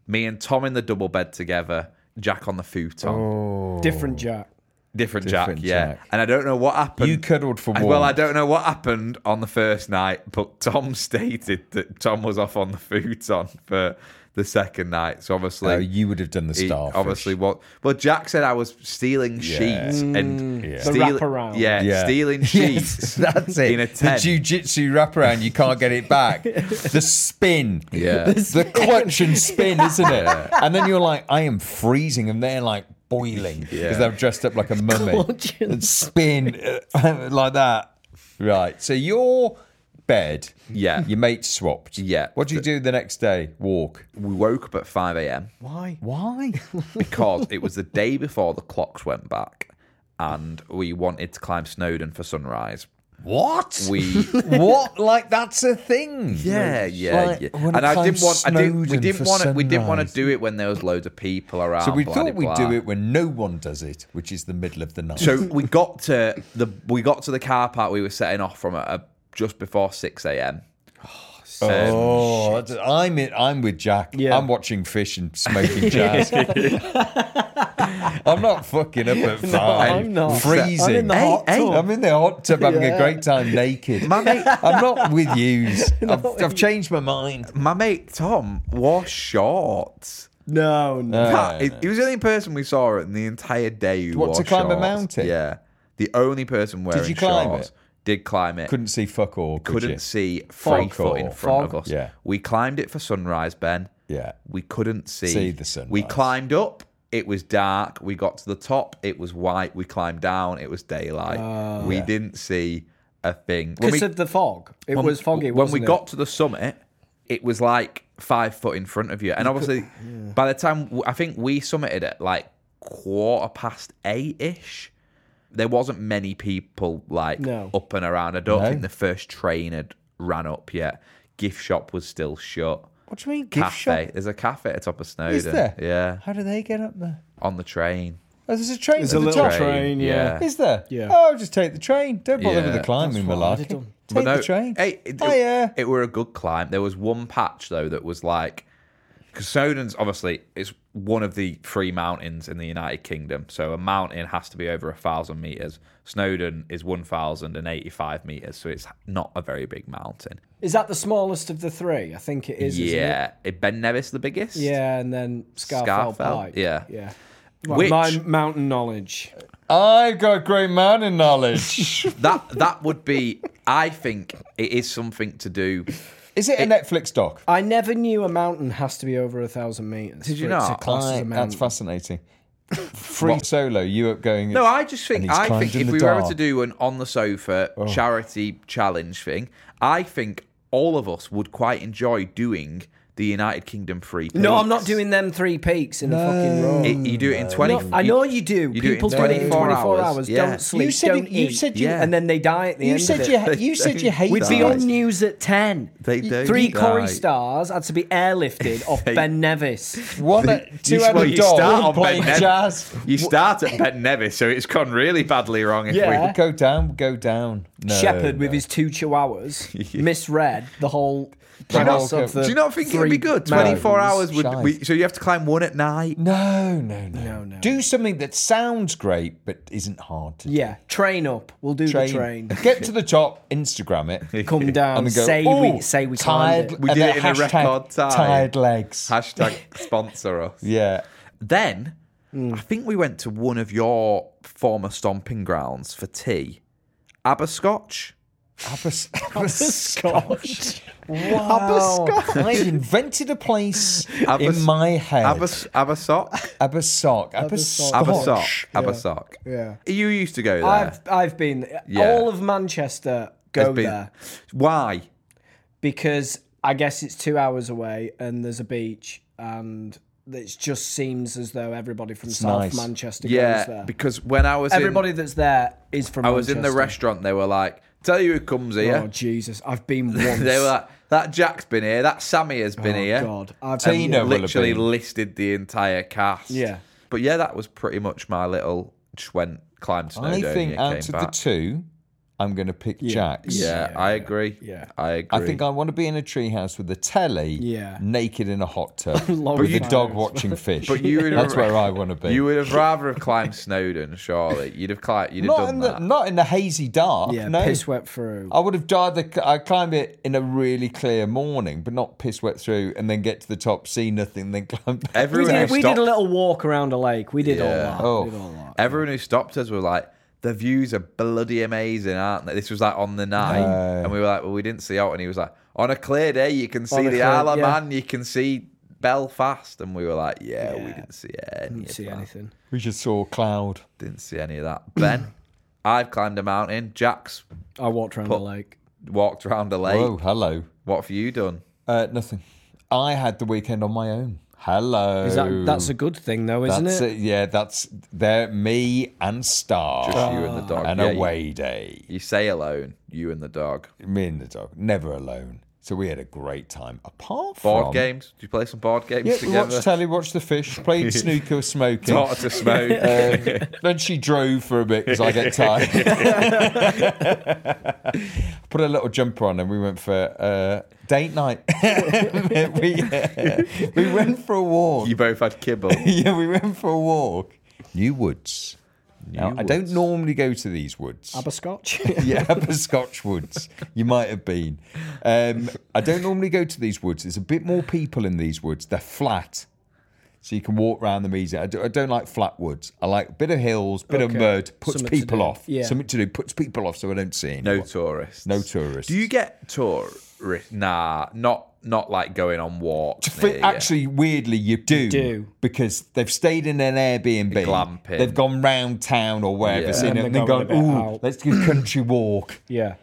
Speaker 1: Me and Tom in the double bed together. Jack on the futon.
Speaker 3: Oh.
Speaker 1: Oh.
Speaker 3: Different Jack.
Speaker 1: Different,
Speaker 2: Different
Speaker 1: Jack, yeah.
Speaker 2: Jack.
Speaker 1: And I don't know what happened.
Speaker 2: You cuddled for
Speaker 1: I- Well, I
Speaker 2: warmth.
Speaker 1: don't know what happened on the first night, but Tom stated that Tom was off on the futon for the second night. So obviously,
Speaker 2: Oh, you would have done the
Speaker 1: he
Speaker 2: starfish.
Speaker 1: obviously what? Well, Jack said I was stealing sheets and
Speaker 2: Yeah. The
Speaker 1: steal-
Speaker 3: wraparound.
Speaker 1: Yeah,
Speaker 2: Mm. Yeah.
Speaker 1: stealing sheets.
Speaker 2: That's it.
Speaker 1: In a
Speaker 2: the
Speaker 1: tent.
Speaker 2: jiu-jitsu wraparound, you can't get it back. the spin.
Speaker 1: Yeah.
Speaker 2: The, clutch and spin, isn't it? And then you're like, I am freezing, and they're like boiling because
Speaker 1: Yeah.
Speaker 2: they're dressed up like a mummy.
Speaker 3: Clutch and
Speaker 2: And spin uh, like that. Right. So your bed.
Speaker 1: Yeah.
Speaker 2: Your mate swapped.
Speaker 1: Yeah.
Speaker 2: What do you do the next day? Walk.
Speaker 1: we woke up at five a.m.
Speaker 3: Why?
Speaker 2: Why?
Speaker 1: because it was the day before the clocks went back, and we wanted to climb Snowdon for sunrise.
Speaker 2: what?
Speaker 1: We
Speaker 2: what? Like that's a thing.
Speaker 1: Yeah, yeah,
Speaker 2: Like,
Speaker 1: yeah.
Speaker 2: I wanna
Speaker 1: And I
Speaker 2: climb
Speaker 1: didn't want, I didn't, we
Speaker 2: Snowdon
Speaker 1: didn't
Speaker 2: for
Speaker 1: want, to, we didn't want
Speaker 2: sunrise.
Speaker 1: to do it when there was loads of people around.
Speaker 2: So we
Speaker 1: blah,
Speaker 2: thought
Speaker 1: de, blah.
Speaker 2: we'd do it when no one does it, which is the middle of the night.
Speaker 1: So we got to the we got to the car park we were setting off from at, uh, just before six a.m.
Speaker 2: oh,
Speaker 1: um,
Speaker 2: that's- I'm in, I'm with Jack.
Speaker 3: Yeah.
Speaker 2: I'm watching fish and smoking jazz. I'm not fucking up at five.
Speaker 3: I'm not.
Speaker 2: Freezing.
Speaker 3: I'm in the hot
Speaker 2: hey,
Speaker 3: tub.
Speaker 2: I'm in the hot tub having a
Speaker 3: Yeah.
Speaker 2: great time naked.
Speaker 1: My mate,
Speaker 2: I'm not with yous. I've, I've changed my mind.
Speaker 1: Um, my mate Tom wore shorts.
Speaker 3: No, no.
Speaker 1: That- he- he was the only person we saw in the entire day who
Speaker 2: What,
Speaker 1: wore
Speaker 2: to climb a
Speaker 1: shorts.
Speaker 2: mountain?
Speaker 1: Yeah, the only person wearing
Speaker 2: you climb
Speaker 1: shorts
Speaker 2: it?
Speaker 1: did climb it.
Speaker 2: Couldn't see fuck all. Could
Speaker 1: couldn't
Speaker 2: you?
Speaker 1: see three
Speaker 2: Fog.
Speaker 1: foot in
Speaker 2: Fog.
Speaker 1: front of us.
Speaker 2: Yeah.
Speaker 1: We climbed it for sunrise, Ben.
Speaker 2: Yeah.
Speaker 1: We couldn't see.
Speaker 2: See the sunrise.
Speaker 1: We climbed up. It was dark. We got to the top. It was white. We climbed down. It was daylight. we didn't see a thing. When
Speaker 3: Ah. Because
Speaker 1: we-
Speaker 3: of the fog. It
Speaker 1: when-
Speaker 3: was foggy.
Speaker 1: When we
Speaker 3: wasn't it?
Speaker 1: got to the summit, it was like five foot in front of you. And obviously, by the time w- I think we summited at like quarter past eight ish, there wasn't many people like
Speaker 3: No.
Speaker 1: up and around. I don't
Speaker 2: No.
Speaker 1: think the first train had ran up yet. Gift shop was still shut.
Speaker 2: What do you mean? Gift
Speaker 1: cafe.
Speaker 2: shop?
Speaker 1: There's a cafe at the top of Snowden.
Speaker 2: Is there?
Speaker 1: Yeah.
Speaker 2: How do they get up there?
Speaker 1: On the train.
Speaker 2: Oh, there's a train
Speaker 4: There's
Speaker 2: at
Speaker 4: a
Speaker 2: the
Speaker 4: little
Speaker 2: top.
Speaker 4: train, yeah.
Speaker 2: Is there?
Speaker 3: Yeah.
Speaker 2: Oh, just take the train. Don't bother
Speaker 1: Yeah.
Speaker 2: with the climbing,
Speaker 3: That's what I'd
Speaker 2: malarkey.
Speaker 3: have
Speaker 2: Take
Speaker 3: done.
Speaker 1: But no,
Speaker 2: the train.
Speaker 1: Hey, it,
Speaker 2: Hiya.
Speaker 1: it, it were a good climb. There was one patch though that was like because Snowdon's obviously it's one of the three mountains in the United Kingdom. So a mountain has to be over a thousand meters. Snowdon is one thousand and eighty-five meters, so it's not a very big mountain.
Speaker 3: Is that the smallest of the three? I think it is. isn't it?
Speaker 1: yeah, it? Ben Nevis the biggest.
Speaker 3: Yeah, and then Scarfell,
Speaker 1: Scarfell,
Speaker 3: Pike.
Speaker 1: yeah.
Speaker 3: yeah. Well,
Speaker 1: Which-
Speaker 3: My mountain knowledge.
Speaker 2: I've got great mountain knowledge.
Speaker 1: that that would be. I think it is something to do.
Speaker 2: Is it a Netflix doc?
Speaker 3: I never knew a mountain has to be over a thousand meters.
Speaker 1: Did you
Speaker 3: for it to
Speaker 1: not?
Speaker 3: class as a
Speaker 2: Right, That's
Speaker 3: mountain.
Speaker 2: fascinating. Free solo, you up going?
Speaker 1: No, I just think
Speaker 2: and he's
Speaker 1: I
Speaker 2: climbed
Speaker 1: think
Speaker 2: in
Speaker 1: if
Speaker 2: the
Speaker 1: we were
Speaker 2: dark. Oh.
Speaker 1: to do an on the sofa charity challenge thing, I think all of us would quite enjoy doing the United Kingdom free.
Speaker 3: No, I'm not
Speaker 1: peaks.
Speaker 3: doing them three peaks in a fucking row.
Speaker 1: It, you do it in twenty.
Speaker 3: No, I know you do.
Speaker 1: You do it
Speaker 3: People
Speaker 1: in
Speaker 3: do it in
Speaker 1: 24
Speaker 3: 24
Speaker 1: hours.
Speaker 3: hours.
Speaker 1: Yeah.
Speaker 3: Don't sleep.
Speaker 2: You said
Speaker 3: don't
Speaker 2: you- you
Speaker 3: eat,
Speaker 2: said you-
Speaker 1: Yeah.
Speaker 3: and then they die at the
Speaker 2: You
Speaker 3: end.
Speaker 2: said
Speaker 3: of
Speaker 2: you.
Speaker 3: it.
Speaker 2: ha- You said you hate.
Speaker 3: We'd be
Speaker 2: that.
Speaker 3: on news at ten.
Speaker 1: They do
Speaker 3: Three
Speaker 1: die.
Speaker 3: Corey stars had to be airlifted off Ben Nevis.
Speaker 2: One, two
Speaker 1: you,
Speaker 2: out
Speaker 1: well,
Speaker 2: of
Speaker 1: you start on
Speaker 2: dog
Speaker 1: Ben
Speaker 2: playing
Speaker 1: Nevis.
Speaker 2: jazz.
Speaker 1: You start at Ben Nevis, so it's gone really badly wrong. If
Speaker 3: Yeah.
Speaker 1: we,
Speaker 2: Go down, go down. No,
Speaker 3: Shepherd with
Speaker 2: no.
Speaker 3: his two chihuahuas misread the whole
Speaker 2: you not-
Speaker 3: premise of the.
Speaker 1: do you not think it would
Speaker 3: three
Speaker 1: be good? Twenty
Speaker 3: mountains.
Speaker 1: four hours would.
Speaker 2: Shite.
Speaker 1: We, so you have to climb one at night.
Speaker 2: No, no, no,
Speaker 3: No, no.
Speaker 2: Do something that sounds great but isn't hard to do.
Speaker 3: Yeah, train up. We'll do the train.
Speaker 2: Get to the top, Instagram it.
Speaker 3: Come down.
Speaker 2: And then go,
Speaker 3: say
Speaker 2: "Ooh,
Speaker 3: we say we
Speaker 2: tired.
Speaker 3: tired. It.
Speaker 1: We
Speaker 2: and
Speaker 1: did
Speaker 2: then
Speaker 1: it in a
Speaker 2: hashtag
Speaker 1: record time.
Speaker 2: Tired legs.
Speaker 1: Hashtag sponsor us.
Speaker 2: yeah.
Speaker 1: Then
Speaker 3: Hmm.
Speaker 1: I think we went to one of your former stomping grounds for tea, Aberscotch.
Speaker 2: Abas-
Speaker 3: Scotch.
Speaker 2: wow. I've invented a place
Speaker 1: Abas-
Speaker 2: in my head.
Speaker 1: Abers Abersock.
Speaker 2: Abersock. Abersock.
Speaker 1: Abersock. Abersock.
Speaker 3: Yeah.
Speaker 1: You used to go there.
Speaker 3: I've I've been
Speaker 1: Yeah.
Speaker 3: all of Manchester
Speaker 1: There's
Speaker 3: go
Speaker 1: been-
Speaker 3: there
Speaker 1: Why?
Speaker 3: because I guess it's two hours away and there's a beach and it just seems as though everybody from South
Speaker 2: nice.
Speaker 3: Manchester goes
Speaker 1: Yeah,
Speaker 3: there.
Speaker 1: because when I was
Speaker 3: Everybody
Speaker 1: in,
Speaker 3: that's there is from.
Speaker 1: I was in the
Speaker 3: Manchester.
Speaker 1: restaurant. They were like, "Tell you who comes
Speaker 3: Oh
Speaker 1: here."
Speaker 3: Jesus! I've been once.
Speaker 1: they were like, "That Jack's been here. That Sammy has been
Speaker 3: Oh,
Speaker 1: here."
Speaker 3: God. I've-
Speaker 1: And
Speaker 2: Tina will have
Speaker 1: literally
Speaker 2: been.
Speaker 1: listed the entire cast.
Speaker 3: Yeah.
Speaker 1: but yeah, that was pretty much my little. Just went climbed
Speaker 2: I
Speaker 1: Snowdonia.
Speaker 2: think
Speaker 1: came
Speaker 2: out of the
Speaker 1: back.
Speaker 2: two, I'm going to pick Jack's.
Speaker 1: Yeah, I agree. Yeah, I agree.
Speaker 2: I think I want to be in a treehouse with a telly,
Speaker 3: Yeah.
Speaker 2: naked in a hot tub,
Speaker 3: Long
Speaker 2: with a
Speaker 3: fire
Speaker 2: dog
Speaker 3: as
Speaker 2: watching fish.
Speaker 1: But you would
Speaker 2: That's
Speaker 1: have-
Speaker 2: where I want to be.
Speaker 1: you would have rather have climbed Snowdon, surely. You'd have climbed. You'd have
Speaker 2: not
Speaker 1: done
Speaker 2: in the
Speaker 1: that.
Speaker 2: not in the hazy dark.
Speaker 3: yeah,
Speaker 2: no.
Speaker 3: piss wet through.
Speaker 2: I would have died. The, I climb it in a really clear morning, but not piss wet through, and then get to the top, see nothing, then climb. back.
Speaker 3: we
Speaker 1: everyone
Speaker 3: did,
Speaker 1: who
Speaker 3: we did
Speaker 1: stopped,
Speaker 3: a little walk around a lake. We did all that.
Speaker 2: Oh.
Speaker 3: We did all that.
Speaker 1: everyone who stopped us were like, "The views are bloody amazing, aren't they?" This was like on the night, and we were like, "Well, we didn't see out." And he was like, "On a clear day, you can see
Speaker 3: a
Speaker 1: the
Speaker 3: clear-
Speaker 1: Isle of
Speaker 3: yeah.
Speaker 1: Man, you can see Belfast," and we were like, "Yeah, we didn't see any.
Speaker 3: Didn't
Speaker 1: of
Speaker 3: see
Speaker 1: that.
Speaker 3: anything.
Speaker 2: We just saw cloud.
Speaker 1: Didn't see any of that." Ben, I've climbed a mountain. Jack's
Speaker 3: I walked around the lake.
Speaker 1: walked around a lake.
Speaker 2: Oh, hello.
Speaker 1: What have you done?
Speaker 2: Uh, nothing. I had the weekend on my own. Hello.
Speaker 3: Is that, that's a good thing, though, isn't
Speaker 2: That's
Speaker 3: it?
Speaker 2: it, Yeah, that's there. Me and Star.
Speaker 1: Just you and the dog.
Speaker 2: An
Speaker 1: Yeah, you-
Speaker 2: away day.
Speaker 1: You say alone, you and the dog.
Speaker 2: Me and the dog, never alone. So we had a great time. Apart from
Speaker 1: Board games? Do you play some board games
Speaker 2: Yeah, we
Speaker 1: together?
Speaker 2: watched telly, watched the fish, played snooker, smoking.
Speaker 1: Taught her to smoke.
Speaker 2: Um, then she drove for a bit because I get tired. Put a little jumper on and we went for uh, date night. we, uh, we went for a walk.
Speaker 1: you both had kibble.
Speaker 2: yeah, we went for a walk. New Woods. now, I don't normally go to these woods.
Speaker 3: Aberscotch.
Speaker 2: yeah, Upper Scotch Woods. You might have been. Um, I don't normally go to these woods. There's a bit more people in these woods. They're flat. So you can walk around them easy. I, do, not like flat woods. I like a bit of hills, bit of
Speaker 3: Okay.
Speaker 2: mud, puts
Speaker 3: Something to
Speaker 2: people
Speaker 3: do.
Speaker 2: off.
Speaker 3: Yeah.
Speaker 2: Something to do, puts people off so I don't see anyone.
Speaker 1: No tourists.
Speaker 2: No tourists.
Speaker 1: Do you get tourists? Nah, not not like going on walks.
Speaker 2: F-
Speaker 1: near you.
Speaker 2: Actually, weirdly, you do,
Speaker 3: do.
Speaker 2: because they've stayed in an Airbnb,
Speaker 1: glamping.
Speaker 2: they've gone round town or wherever,
Speaker 1: Yeah.
Speaker 2: seen
Speaker 3: And
Speaker 2: it, and
Speaker 3: they're
Speaker 2: then
Speaker 3: going
Speaker 2: gone,
Speaker 3: a bit
Speaker 2: "Ooh,
Speaker 3: out."
Speaker 2: let's do a country walk."
Speaker 3: yeah.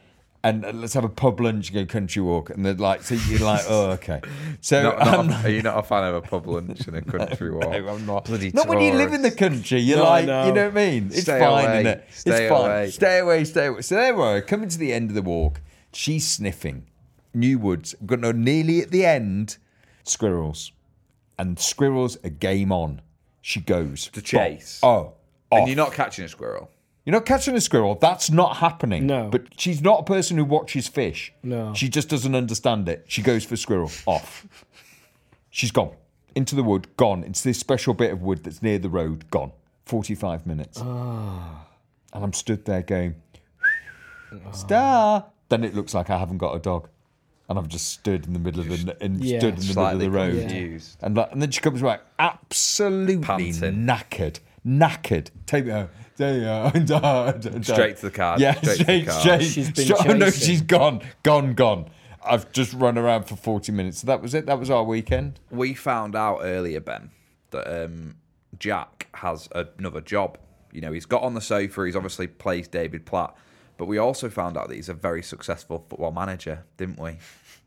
Speaker 2: and uh, let's have a pub lunch and go country walk. And they're like, so you're like, oh, okay. So
Speaker 1: Not- not
Speaker 2: I'm
Speaker 1: a- are you not a fan of a pub lunch and a country walk?
Speaker 2: no, I'm not.
Speaker 1: Bloody
Speaker 2: not when you live in the
Speaker 1: tourists.
Speaker 2: country. You're
Speaker 3: No,
Speaker 2: like,
Speaker 3: no.
Speaker 2: you know what I mean? It's
Speaker 1: Stay
Speaker 2: fine,
Speaker 1: away.
Speaker 2: isn't it?
Speaker 1: Stay
Speaker 2: it's fine.
Speaker 1: away.
Speaker 2: Stay away, stay away. So there we are, coming to the end of the walk. She's sniffing. New woods. Got no nearly at the end. Squirrels. And squirrels are game on. She goes.
Speaker 1: To chase.
Speaker 2: Oh,
Speaker 1: And you're not catching a squirrel.
Speaker 2: You're not catching a squirrel. That's not happening.
Speaker 3: No.
Speaker 2: But she's not a person who watches fish.
Speaker 3: No.
Speaker 2: She just doesn't understand it. She goes for squirrel. Off. She's gone. Into the wood. Gone. Into this special bit of wood that's near the road. Gone. 45 minutes.
Speaker 3: Ah.
Speaker 2: And I'm stood there going, star. Then it looks like I haven't got a dog. And I've just stood in the middle of the, and
Speaker 3: Yeah.
Speaker 2: stood in the middle of
Speaker 1: Slightly
Speaker 2: the road.
Speaker 1: confused.
Speaker 2: And, like, and then she comes back absolutely
Speaker 1: Panting.
Speaker 2: knackered. Knackered. Take me home. Take me home.
Speaker 1: Straight to the car.
Speaker 2: Yeah,
Speaker 1: Straight to
Speaker 2: straight,
Speaker 1: the
Speaker 2: straight,
Speaker 1: car.
Speaker 3: She's been
Speaker 2: Oh no,
Speaker 3: chasing.
Speaker 2: she's gone. Gone, gone. I've just run around for 40 minutes. So that was it. That was our weekend.
Speaker 1: We found out earlier, Ben, that um, Jack has another job. You know, he's got on the sofa. He's obviously plays David Platt, but we also found out that he's a very successful football manager, didn't we?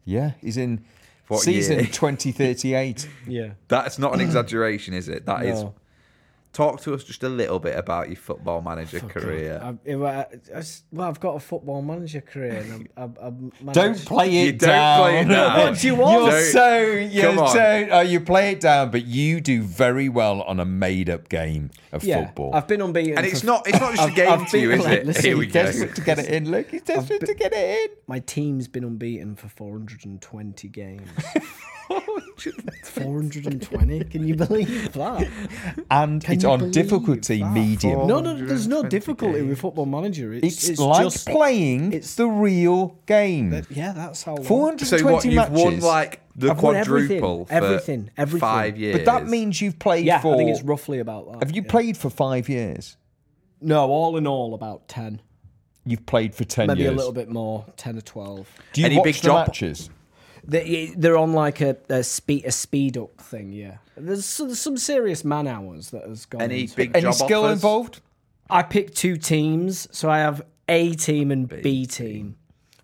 Speaker 2: Yeah, he's in
Speaker 1: What
Speaker 2: season
Speaker 1: year?
Speaker 2: 2038.
Speaker 3: Yeah.
Speaker 1: That's not an exaggeration, is it? That is.
Speaker 3: No.
Speaker 1: Talk to us just a little bit about your football manager career.
Speaker 3: I, if I, I s- well, I've got a football manager career. And I'm, I'm, I'm
Speaker 2: Don't play it
Speaker 1: You don't
Speaker 2: down.
Speaker 1: play it down.
Speaker 3: What do you want?
Speaker 2: You're
Speaker 1: No,
Speaker 2: so you're
Speaker 1: come on.
Speaker 2: so oh, you play it down, but you do very well on a made up game of
Speaker 3: yeah,
Speaker 2: football.
Speaker 3: I've been unbeaten.
Speaker 1: and it's
Speaker 3: for-
Speaker 1: not it's not just a game
Speaker 2: I've
Speaker 1: to you,
Speaker 2: been
Speaker 1: is
Speaker 2: like,
Speaker 1: it?
Speaker 3: listen,
Speaker 1: Here we
Speaker 2: He's
Speaker 1: go.
Speaker 2: desperate to get it in, Luke. He's desperate to get it in.
Speaker 3: My team's been unbeaten for 420 games. 420? Can you believe that?
Speaker 2: And
Speaker 3: Can
Speaker 2: it's
Speaker 3: you
Speaker 2: on
Speaker 3: believe
Speaker 2: difficulty
Speaker 3: that?
Speaker 2: medium.
Speaker 3: No, no, there's no difficulty with Football Manager. It's,
Speaker 2: it's, like
Speaker 3: just,
Speaker 2: playing it's the real game.
Speaker 3: Yeah, that's how. long-
Speaker 2: Four hundred
Speaker 1: So
Speaker 2: twenty
Speaker 1: what you've
Speaker 2: matches.
Speaker 1: won like the
Speaker 3: I've won everything,
Speaker 1: quadruple for
Speaker 3: everything, everything.
Speaker 1: five years.
Speaker 2: but that means you've played
Speaker 3: Yeah,
Speaker 2: for.
Speaker 3: I think it's roughly about that.
Speaker 2: have you
Speaker 3: yeah.
Speaker 2: played for five years?
Speaker 3: No, all in all, about 10.
Speaker 2: You've played for ten
Speaker 3: Maybe
Speaker 2: years.
Speaker 3: a little bit more, 10 or 12.
Speaker 2: Do you
Speaker 1: Any
Speaker 2: watch
Speaker 1: big
Speaker 2: the
Speaker 1: drop-
Speaker 2: matches?
Speaker 3: They, they're on like a, a, speed, a speed up thing, yeah. There's some, some serious man hours that has gone
Speaker 1: any
Speaker 3: into
Speaker 1: big
Speaker 2: Any
Speaker 1: job
Speaker 2: skill
Speaker 1: offers?
Speaker 2: involved?
Speaker 3: I pick two teams, so I have A team and B, team,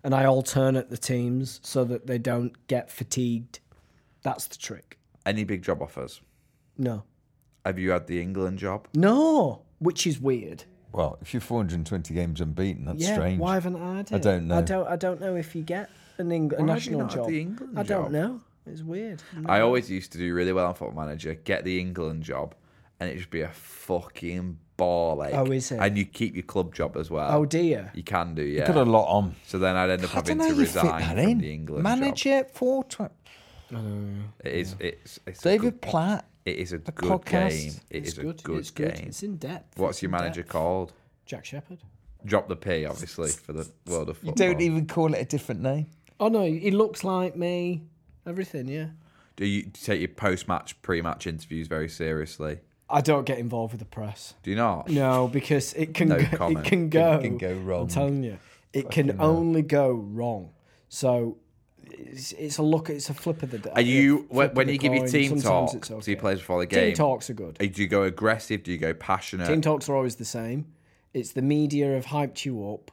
Speaker 3: and I alternate the teams so that they don't get fatigued. That's the trick.
Speaker 1: Any big job offers?
Speaker 3: No,
Speaker 1: Have you had the England job?
Speaker 3: no, which is weird.
Speaker 2: Well, if you're 420 games unbeaten, that's
Speaker 3: yeah,
Speaker 2: strange.
Speaker 3: why haven't I? Had it?
Speaker 2: I don't know.
Speaker 3: I don't. I don't know if you get an Eng- a
Speaker 1: Why have you
Speaker 3: national
Speaker 1: not had
Speaker 3: job.
Speaker 1: the England
Speaker 3: I don't
Speaker 1: job?
Speaker 3: know. It's weird.
Speaker 1: I always used to do really well on Football Manager, get the England job, and it'd just be a fucking ball ache.
Speaker 3: Oh, is it?
Speaker 1: And you keep your club job as well.
Speaker 3: Oh dear.
Speaker 1: You can do, yeah.
Speaker 2: Got a lot on.
Speaker 1: So then I'd end up
Speaker 2: I
Speaker 1: having
Speaker 2: don't know
Speaker 1: to
Speaker 2: you fit
Speaker 1: resign
Speaker 2: that in.
Speaker 1: from the England job.
Speaker 2: Manager four twenty.
Speaker 1: It is, it's, it's a
Speaker 2: David
Speaker 1: good,
Speaker 2: Platt.
Speaker 1: it is a good
Speaker 2: podcast.
Speaker 1: game. It
Speaker 3: it's
Speaker 1: is
Speaker 3: good.
Speaker 1: a good
Speaker 3: it's
Speaker 1: game.
Speaker 3: Good. It's in depth.
Speaker 1: What's
Speaker 3: It's
Speaker 1: your
Speaker 3: in
Speaker 1: manager
Speaker 3: depth.
Speaker 1: called?
Speaker 3: Jack Shepherd.
Speaker 1: Drop the P, obviously, for the world of
Speaker 2: You
Speaker 1: football.
Speaker 2: don't even call it a different name.
Speaker 3: Oh no, he looks like me. Everything, yeah.
Speaker 1: Do you take your post-match, pre-match interviews very seriously?
Speaker 3: I don't get involved with the press.
Speaker 1: Do you not?
Speaker 3: No, because it can
Speaker 1: No
Speaker 3: go, it
Speaker 1: comment.
Speaker 3: can go
Speaker 2: can go wrong.
Speaker 3: I'm telling you, it can only go wrong. So it's, it's a look. It's a flip of the day.
Speaker 1: Are you when,
Speaker 3: flip of
Speaker 1: when
Speaker 3: the
Speaker 1: you give your
Speaker 3: coin.
Speaker 1: team
Speaker 3: Sometimes
Speaker 1: talk
Speaker 3: it's okay.
Speaker 1: to your players before the game?
Speaker 3: Team talks are good.
Speaker 1: uh, Do you go aggressive? Do you go passionate?
Speaker 3: Team talks are always the same. It's the media have hyped you up.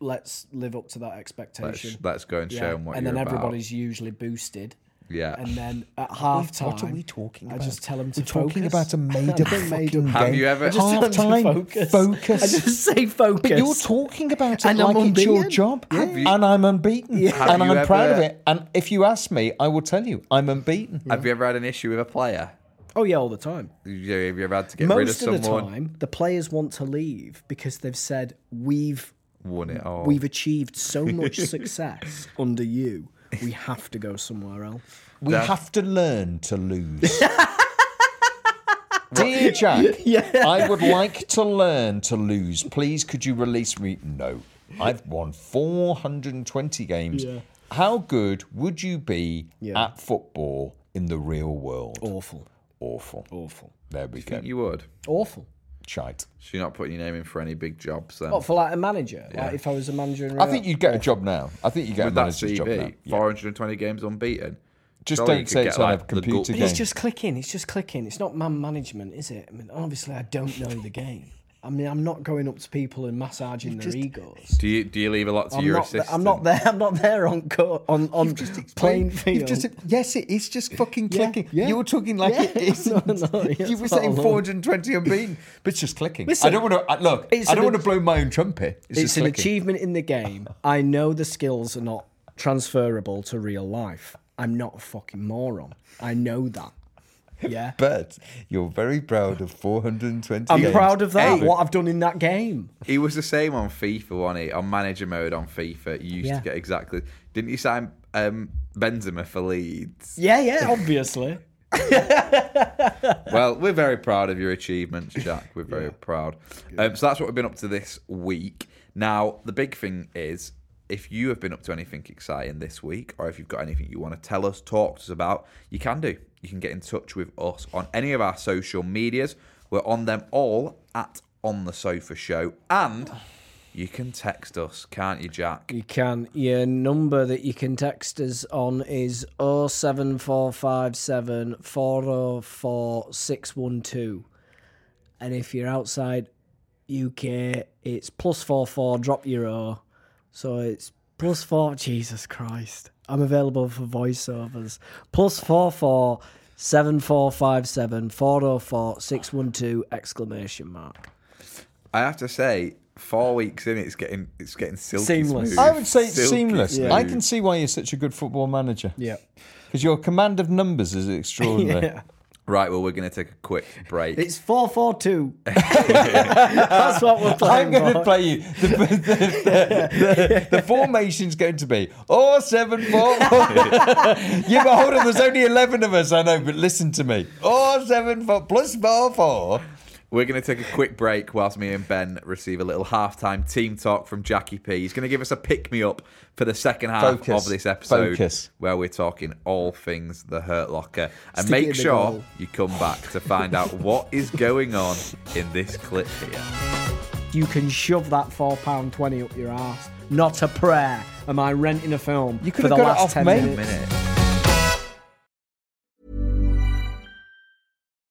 Speaker 3: Let's live up to that expectation.
Speaker 1: let's, let's go and show 'em show them what
Speaker 3: and
Speaker 1: you're
Speaker 3: then
Speaker 1: about.
Speaker 3: everybody's usually boosted.
Speaker 1: yeah.
Speaker 3: And then at half time,
Speaker 2: What are we talking about?
Speaker 3: I just tell them to
Speaker 2: We're talking
Speaker 3: focus.
Speaker 2: about a made up
Speaker 3: Made up
Speaker 2: fucking
Speaker 3: game.
Speaker 2: game.
Speaker 1: Have you ever- I just
Speaker 3: tell
Speaker 2: half
Speaker 3: them to
Speaker 2: time
Speaker 3: focus. I just say focus.
Speaker 2: But you're talking about it
Speaker 3: And I'm
Speaker 2: like it's your
Speaker 3: unbeaten.
Speaker 2: job,
Speaker 1: Have you-
Speaker 2: and I'm unbeaten,
Speaker 1: Have
Speaker 2: and
Speaker 1: you
Speaker 2: I'm proud of
Speaker 1: ever-
Speaker 2: it. And if you ask me, I will tell you I'm unbeaten.
Speaker 1: have you ever had an issue with a player?
Speaker 3: Oh yeah, all the time.
Speaker 1: Have you have you ever had to get rid of
Speaker 3: Most of,
Speaker 1: someone?
Speaker 3: the time, the players want to leave because they've said we've
Speaker 1: Won it all.
Speaker 3: we've achieved so much success under you. We have to go somewhere else.
Speaker 2: We have to learn to lose. Dear Jack, I would like to learn to lose. Please, could you release me? No, I've won 420 games. How good would you be
Speaker 3: Yeah.
Speaker 2: at football in the real world?
Speaker 3: Awful,
Speaker 2: Awful.
Speaker 3: awful,
Speaker 2: There we go.
Speaker 1: you would.
Speaker 3: awful.
Speaker 2: Shite.
Speaker 1: So you're not putting your name in for any big jobs then.
Speaker 3: What for like a manager? Like if I was a manager in real
Speaker 2: I think you'd get a job now. I think you get
Speaker 1: With
Speaker 2: a
Speaker 1: that
Speaker 2: manager's job now.
Speaker 1: CV, 420 games unbeaten.
Speaker 2: Just
Speaker 1: Surely you
Speaker 2: don't
Speaker 1: could
Speaker 2: say
Speaker 1: get,
Speaker 2: it's on a
Speaker 1: like, the
Speaker 2: computer
Speaker 1: goal-
Speaker 2: game.
Speaker 3: He's just clicking. He's just clicking. It's not man management, is it? I mean, obviously, I don't know the game. I mean, I'm not going up to people and massaging their egos.
Speaker 1: Do you do you leave a lot to
Speaker 3: I'm
Speaker 1: your
Speaker 3: not,
Speaker 1: assistant?
Speaker 3: I'm not there. I'm not there on court on on playing
Speaker 2: You've
Speaker 3: field.
Speaker 2: just, yes, it is just fucking
Speaker 3: Yeah,
Speaker 2: clicking.
Speaker 3: yeah.
Speaker 2: You were talking like
Speaker 3: Yeah.
Speaker 2: it is.
Speaker 3: No, no, yeah,
Speaker 2: you were
Speaker 3: it's not
Speaker 2: saying
Speaker 3: alone.
Speaker 2: 420 unbeaten, but it's just clicking. I
Speaker 3: Listen,
Speaker 2: don't want to look.
Speaker 3: it's
Speaker 2: I don't
Speaker 3: an
Speaker 2: want to
Speaker 3: ach-
Speaker 2: blow my own trumpet. It's,
Speaker 3: it's
Speaker 2: just
Speaker 3: an
Speaker 2: clicking.
Speaker 3: achievement in the game. I know the skills are not transferable to real life. I'm not a fucking moron. I know that. Yeah.
Speaker 2: But you're very proud of 420
Speaker 3: I'm
Speaker 2: games.
Speaker 3: proud of that.
Speaker 1: Hey.
Speaker 3: What I've done in that game.
Speaker 1: He was the same on FIFA, wasn't he? On manager mode on FIFA, you used
Speaker 3: Yeah.
Speaker 1: to get exactly. Didn't you sign um, Benzema for Leeds?
Speaker 3: Yeah, yeah, obviously.
Speaker 1: well, we're very proud of your achievements, Jack. We're very proud. Um, so that's what we've been up to this week. Now, the big thing is if you have been up to anything exciting this week, or if you've got anything you want to tell us, talk to us about, you can do. You can get in touch with us on any of our social medias. We're on them all at On the Sofa Show. And you can text us, can't you, Jack?
Speaker 3: You can. Your number that you can text us on is 07457 404 612. And if you're outside UK, it's plus 44, drop your O. So it's plus 4, Jesus Christ. I'm available for voiceovers. Plus 44 7457 404 612 exclamation mark.
Speaker 1: I have to say, four weeks in, it's getting it's getting silky
Speaker 3: Seamless.
Speaker 1: smooth.
Speaker 3: I
Speaker 2: I would say it's
Speaker 1: Silky
Speaker 2: seamless.
Speaker 1: smooth.
Speaker 2: I can see why you're such a good football manager.
Speaker 3: Yeah.
Speaker 2: Because your command of numbers is extraordinary.
Speaker 1: Right, well, we're going to take a quick break.
Speaker 3: It's 442. That's what we're playing.
Speaker 2: I'm going
Speaker 3: for.
Speaker 2: to play you. The, the, the- the- the formation's going to be oh seven four. yeah, but hold on. There's only eleven of us. I know, but listen to me. Oh seven four plus four four.
Speaker 1: We're going to take a quick break whilst me and Ben receive a little halftime team talk from Jackie P. He's going to give us a pick me up for the second half
Speaker 2: Focus.
Speaker 1: of this episode,
Speaker 2: Focus.
Speaker 1: where we're talking all things the Hurt Locker. And
Speaker 3: Stick it in
Speaker 1: make
Speaker 3: the
Speaker 1: sure
Speaker 3: goal.
Speaker 1: you come back to find out what is going on in this clip here.
Speaker 3: You can shove that £4.20 up your ass. Not a prayer. Am I renting a film
Speaker 2: You could
Speaker 3: for
Speaker 2: have
Speaker 3: the
Speaker 2: got it
Speaker 3: last
Speaker 2: off
Speaker 3: 10
Speaker 2: me.
Speaker 3: minutes?
Speaker 1: Minute.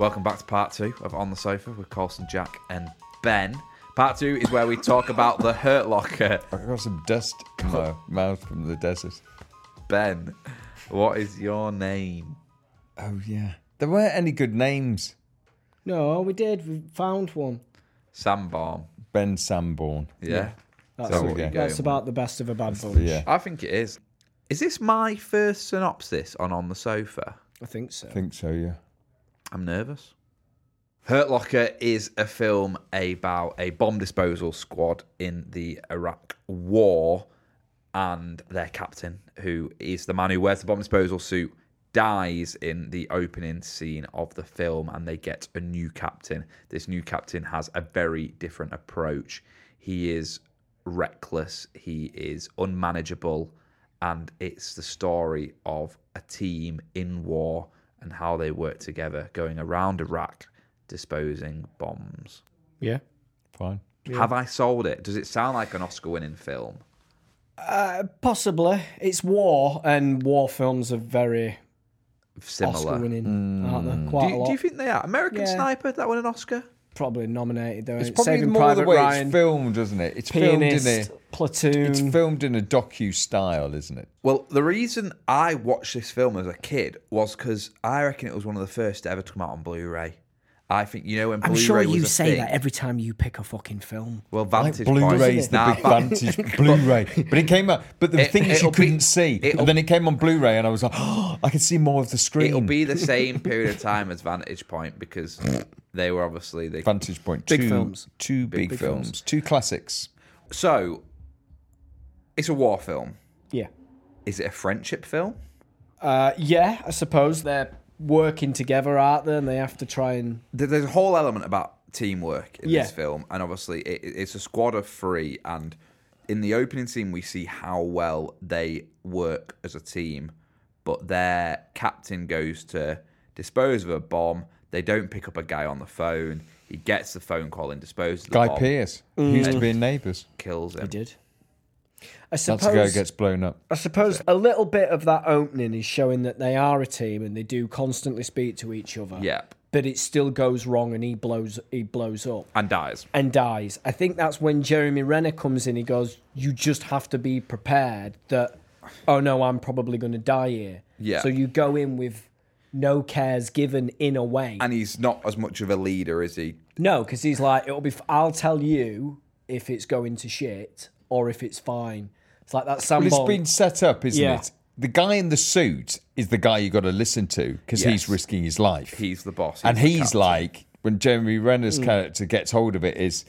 Speaker 1: Welcome back to part two of On the Sofa with Colson, Jack, and Ben. Part two is where we talk about the Hurt Locker.
Speaker 2: I got some dust in my mouth from the desert.
Speaker 1: Ben, what is your name?
Speaker 2: Oh yeah. There weren't any good names.
Speaker 3: No, we did. We found one.
Speaker 1: Sambaum.
Speaker 2: Ben Sanborn.
Speaker 1: Yeah.
Speaker 3: That's,
Speaker 2: So we go.
Speaker 3: that's about the best of a bad bunch.
Speaker 2: Yeah,
Speaker 1: I think it is. Is this my first synopsis on On the Sofa?
Speaker 3: I think so.
Speaker 2: I think so. Yeah.
Speaker 1: I'm nervous. Hurt Locker is a film about a bomb disposal squad in the Iraq War, and their captain, who is the man who wears the bomb disposal suit, dies in the opening scene of the film, and they get a new captain. This new captain has a very different approach. He is reckless, he is unmanageable, and it's the story of a team in war and how they work together going around Iraq disposing bombs.
Speaker 3: Yeah.
Speaker 2: Fine.
Speaker 1: Have I sold it? Does it sound like an Oscar winning film?
Speaker 3: Possibly. It's war, and war films are very Oscar
Speaker 1: Similar.
Speaker 3: winning, aren't they?
Speaker 1: Do
Speaker 3: Quite a
Speaker 1: you,
Speaker 3: lot.
Speaker 1: do you think they are? American
Speaker 3: Yeah.
Speaker 1: Sniper, that won an Oscar?
Speaker 3: Probably nominated, though.
Speaker 2: It's
Speaker 3: ain't it?
Speaker 2: probably
Speaker 3: Saving
Speaker 2: more the
Speaker 3: Private
Speaker 2: way
Speaker 3: Ryan,
Speaker 2: it's filmed, isn't it? It's
Speaker 3: Pianist,
Speaker 2: filmed in a
Speaker 3: Platoon.
Speaker 2: it's filmed in a docu style, isn't it?
Speaker 1: Well, the reason I watched this film as a kid was because I reckon it was one of the first to ever come out on Blu ray. I think, you know, when
Speaker 5: I'm
Speaker 1: Blu ray
Speaker 5: sure
Speaker 1: was
Speaker 5: you
Speaker 1: a
Speaker 5: say
Speaker 1: thing,
Speaker 5: that every time you pick a fucking film.
Speaker 1: Well, Vantage Point.
Speaker 2: Blu-ray's the
Speaker 1: Nah,
Speaker 2: big
Speaker 1: Van-
Speaker 2: vantage. Blu-ray, but it came out. But the
Speaker 1: It-
Speaker 2: thing is,
Speaker 1: it'll
Speaker 2: you
Speaker 1: be-
Speaker 2: couldn't see.
Speaker 1: it'll-
Speaker 2: And then it came on Blu-ray, and I was like, oh, I can see more of the screen.
Speaker 1: It'll be the same period of time as Vantage Point because they were obviously the
Speaker 2: vantage point.
Speaker 5: Big
Speaker 2: two,
Speaker 5: films.
Speaker 2: Two big,
Speaker 1: big films.
Speaker 2: films. Two classics.
Speaker 1: So, it's a war film.
Speaker 3: yeah.
Speaker 1: Is it a friendship film?
Speaker 3: Uh, yeah, I suppose they're working together, aren't they? And they have to try and.
Speaker 1: There- There's a whole element about teamwork in
Speaker 3: Yeah.
Speaker 1: this film, and obviously it, it- it's a squad of three. And in the opening scene, we see how well they work as a team. But their captain goes to dispose of a bomb. They don't pick up a guy on the phone. He gets the phone call and disposes of the
Speaker 2: Guy
Speaker 1: bomb,
Speaker 2: Pearce,
Speaker 5: Mm.
Speaker 2: who used to be in Neighbours.
Speaker 1: kills him.
Speaker 3: They did. I
Speaker 2: That's the guy who
Speaker 3: suppose.
Speaker 2: gets blown up.
Speaker 3: I suppose a little bit of that opening is showing that they are a team and they do constantly speak to each other.
Speaker 1: Yep.
Speaker 3: But it still goes wrong, and he blows. He blows up.
Speaker 1: and dies.
Speaker 3: and dies. I think that's when Jeremy Renner comes in. He goes, "You just have to be prepared that, oh no, I'm probably going to die here."
Speaker 1: Yeah.
Speaker 3: So you go in with no cares given in a way.
Speaker 1: And he's not as much of a leader, is he?
Speaker 3: no, because he's like, "It'll be. F- I'll tell you if it's going to shit or if it's fine." It's like that
Speaker 2: Well,
Speaker 3: Sam.
Speaker 2: it's
Speaker 3: Bond-
Speaker 2: been set up, isn't
Speaker 3: Yeah.
Speaker 2: it? The guy in the suit is the guy you got to listen to because
Speaker 1: Yes.
Speaker 2: he's risking his life.
Speaker 1: He's the boss.
Speaker 2: and
Speaker 1: the
Speaker 2: he's
Speaker 1: captain.
Speaker 2: like, when Jeremy Renner's
Speaker 3: Hmm.
Speaker 2: character gets hold of it, is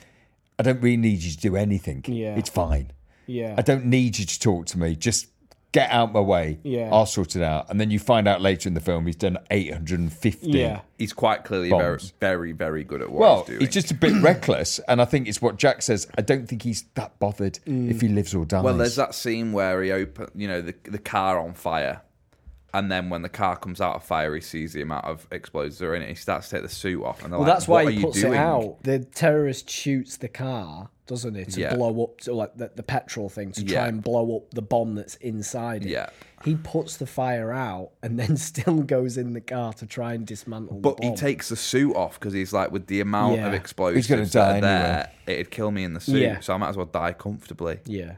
Speaker 2: I don't really need you to do anything.
Speaker 3: Yeah.
Speaker 2: It's fine.
Speaker 3: yeah.
Speaker 2: I don't need you to talk to me. Just get out my way.
Speaker 3: Yeah.
Speaker 2: I'll sort it out. And then you find out later in the film he's done 850.
Speaker 3: Yeah.
Speaker 1: he's quite clearly very,
Speaker 2: Bombs.
Speaker 1: very, very good at what
Speaker 2: Well,
Speaker 1: he's doing.
Speaker 2: he's just a bit reckless, and I think it's what Jack says. I don't think he's that bothered if
Speaker 3: Hmm.
Speaker 2: he lives or dies.
Speaker 1: Well, there's that scene where he open, you know, the the car on fire, and then when the car comes out of fire, he sees the amount of explosives that are in it. He starts to take the suit off, and they're
Speaker 3: Well,
Speaker 1: like,
Speaker 3: that's
Speaker 1: "What
Speaker 3: why
Speaker 1: are
Speaker 3: he
Speaker 1: you
Speaker 3: puts
Speaker 1: doing?"
Speaker 3: it out. The terrorist shoots the car, doesn't he, to
Speaker 1: Yeah.
Speaker 3: blow up to like the, the petrol thing to
Speaker 1: Yeah.
Speaker 3: try and blow up the bomb that's inside it.
Speaker 1: Yeah.
Speaker 3: He puts the fire out and then still goes in the car to try and dismantle.
Speaker 1: But
Speaker 3: the
Speaker 1: he
Speaker 3: bomb.
Speaker 1: takes the suit off because he's like, with the amount of
Speaker 3: Yeah.
Speaker 1: explosives
Speaker 2: gonna
Speaker 1: that are
Speaker 2: die
Speaker 1: there, it'd kill me in the suit,
Speaker 3: Yeah.
Speaker 1: so I might as well die comfortably.
Speaker 3: Yeah.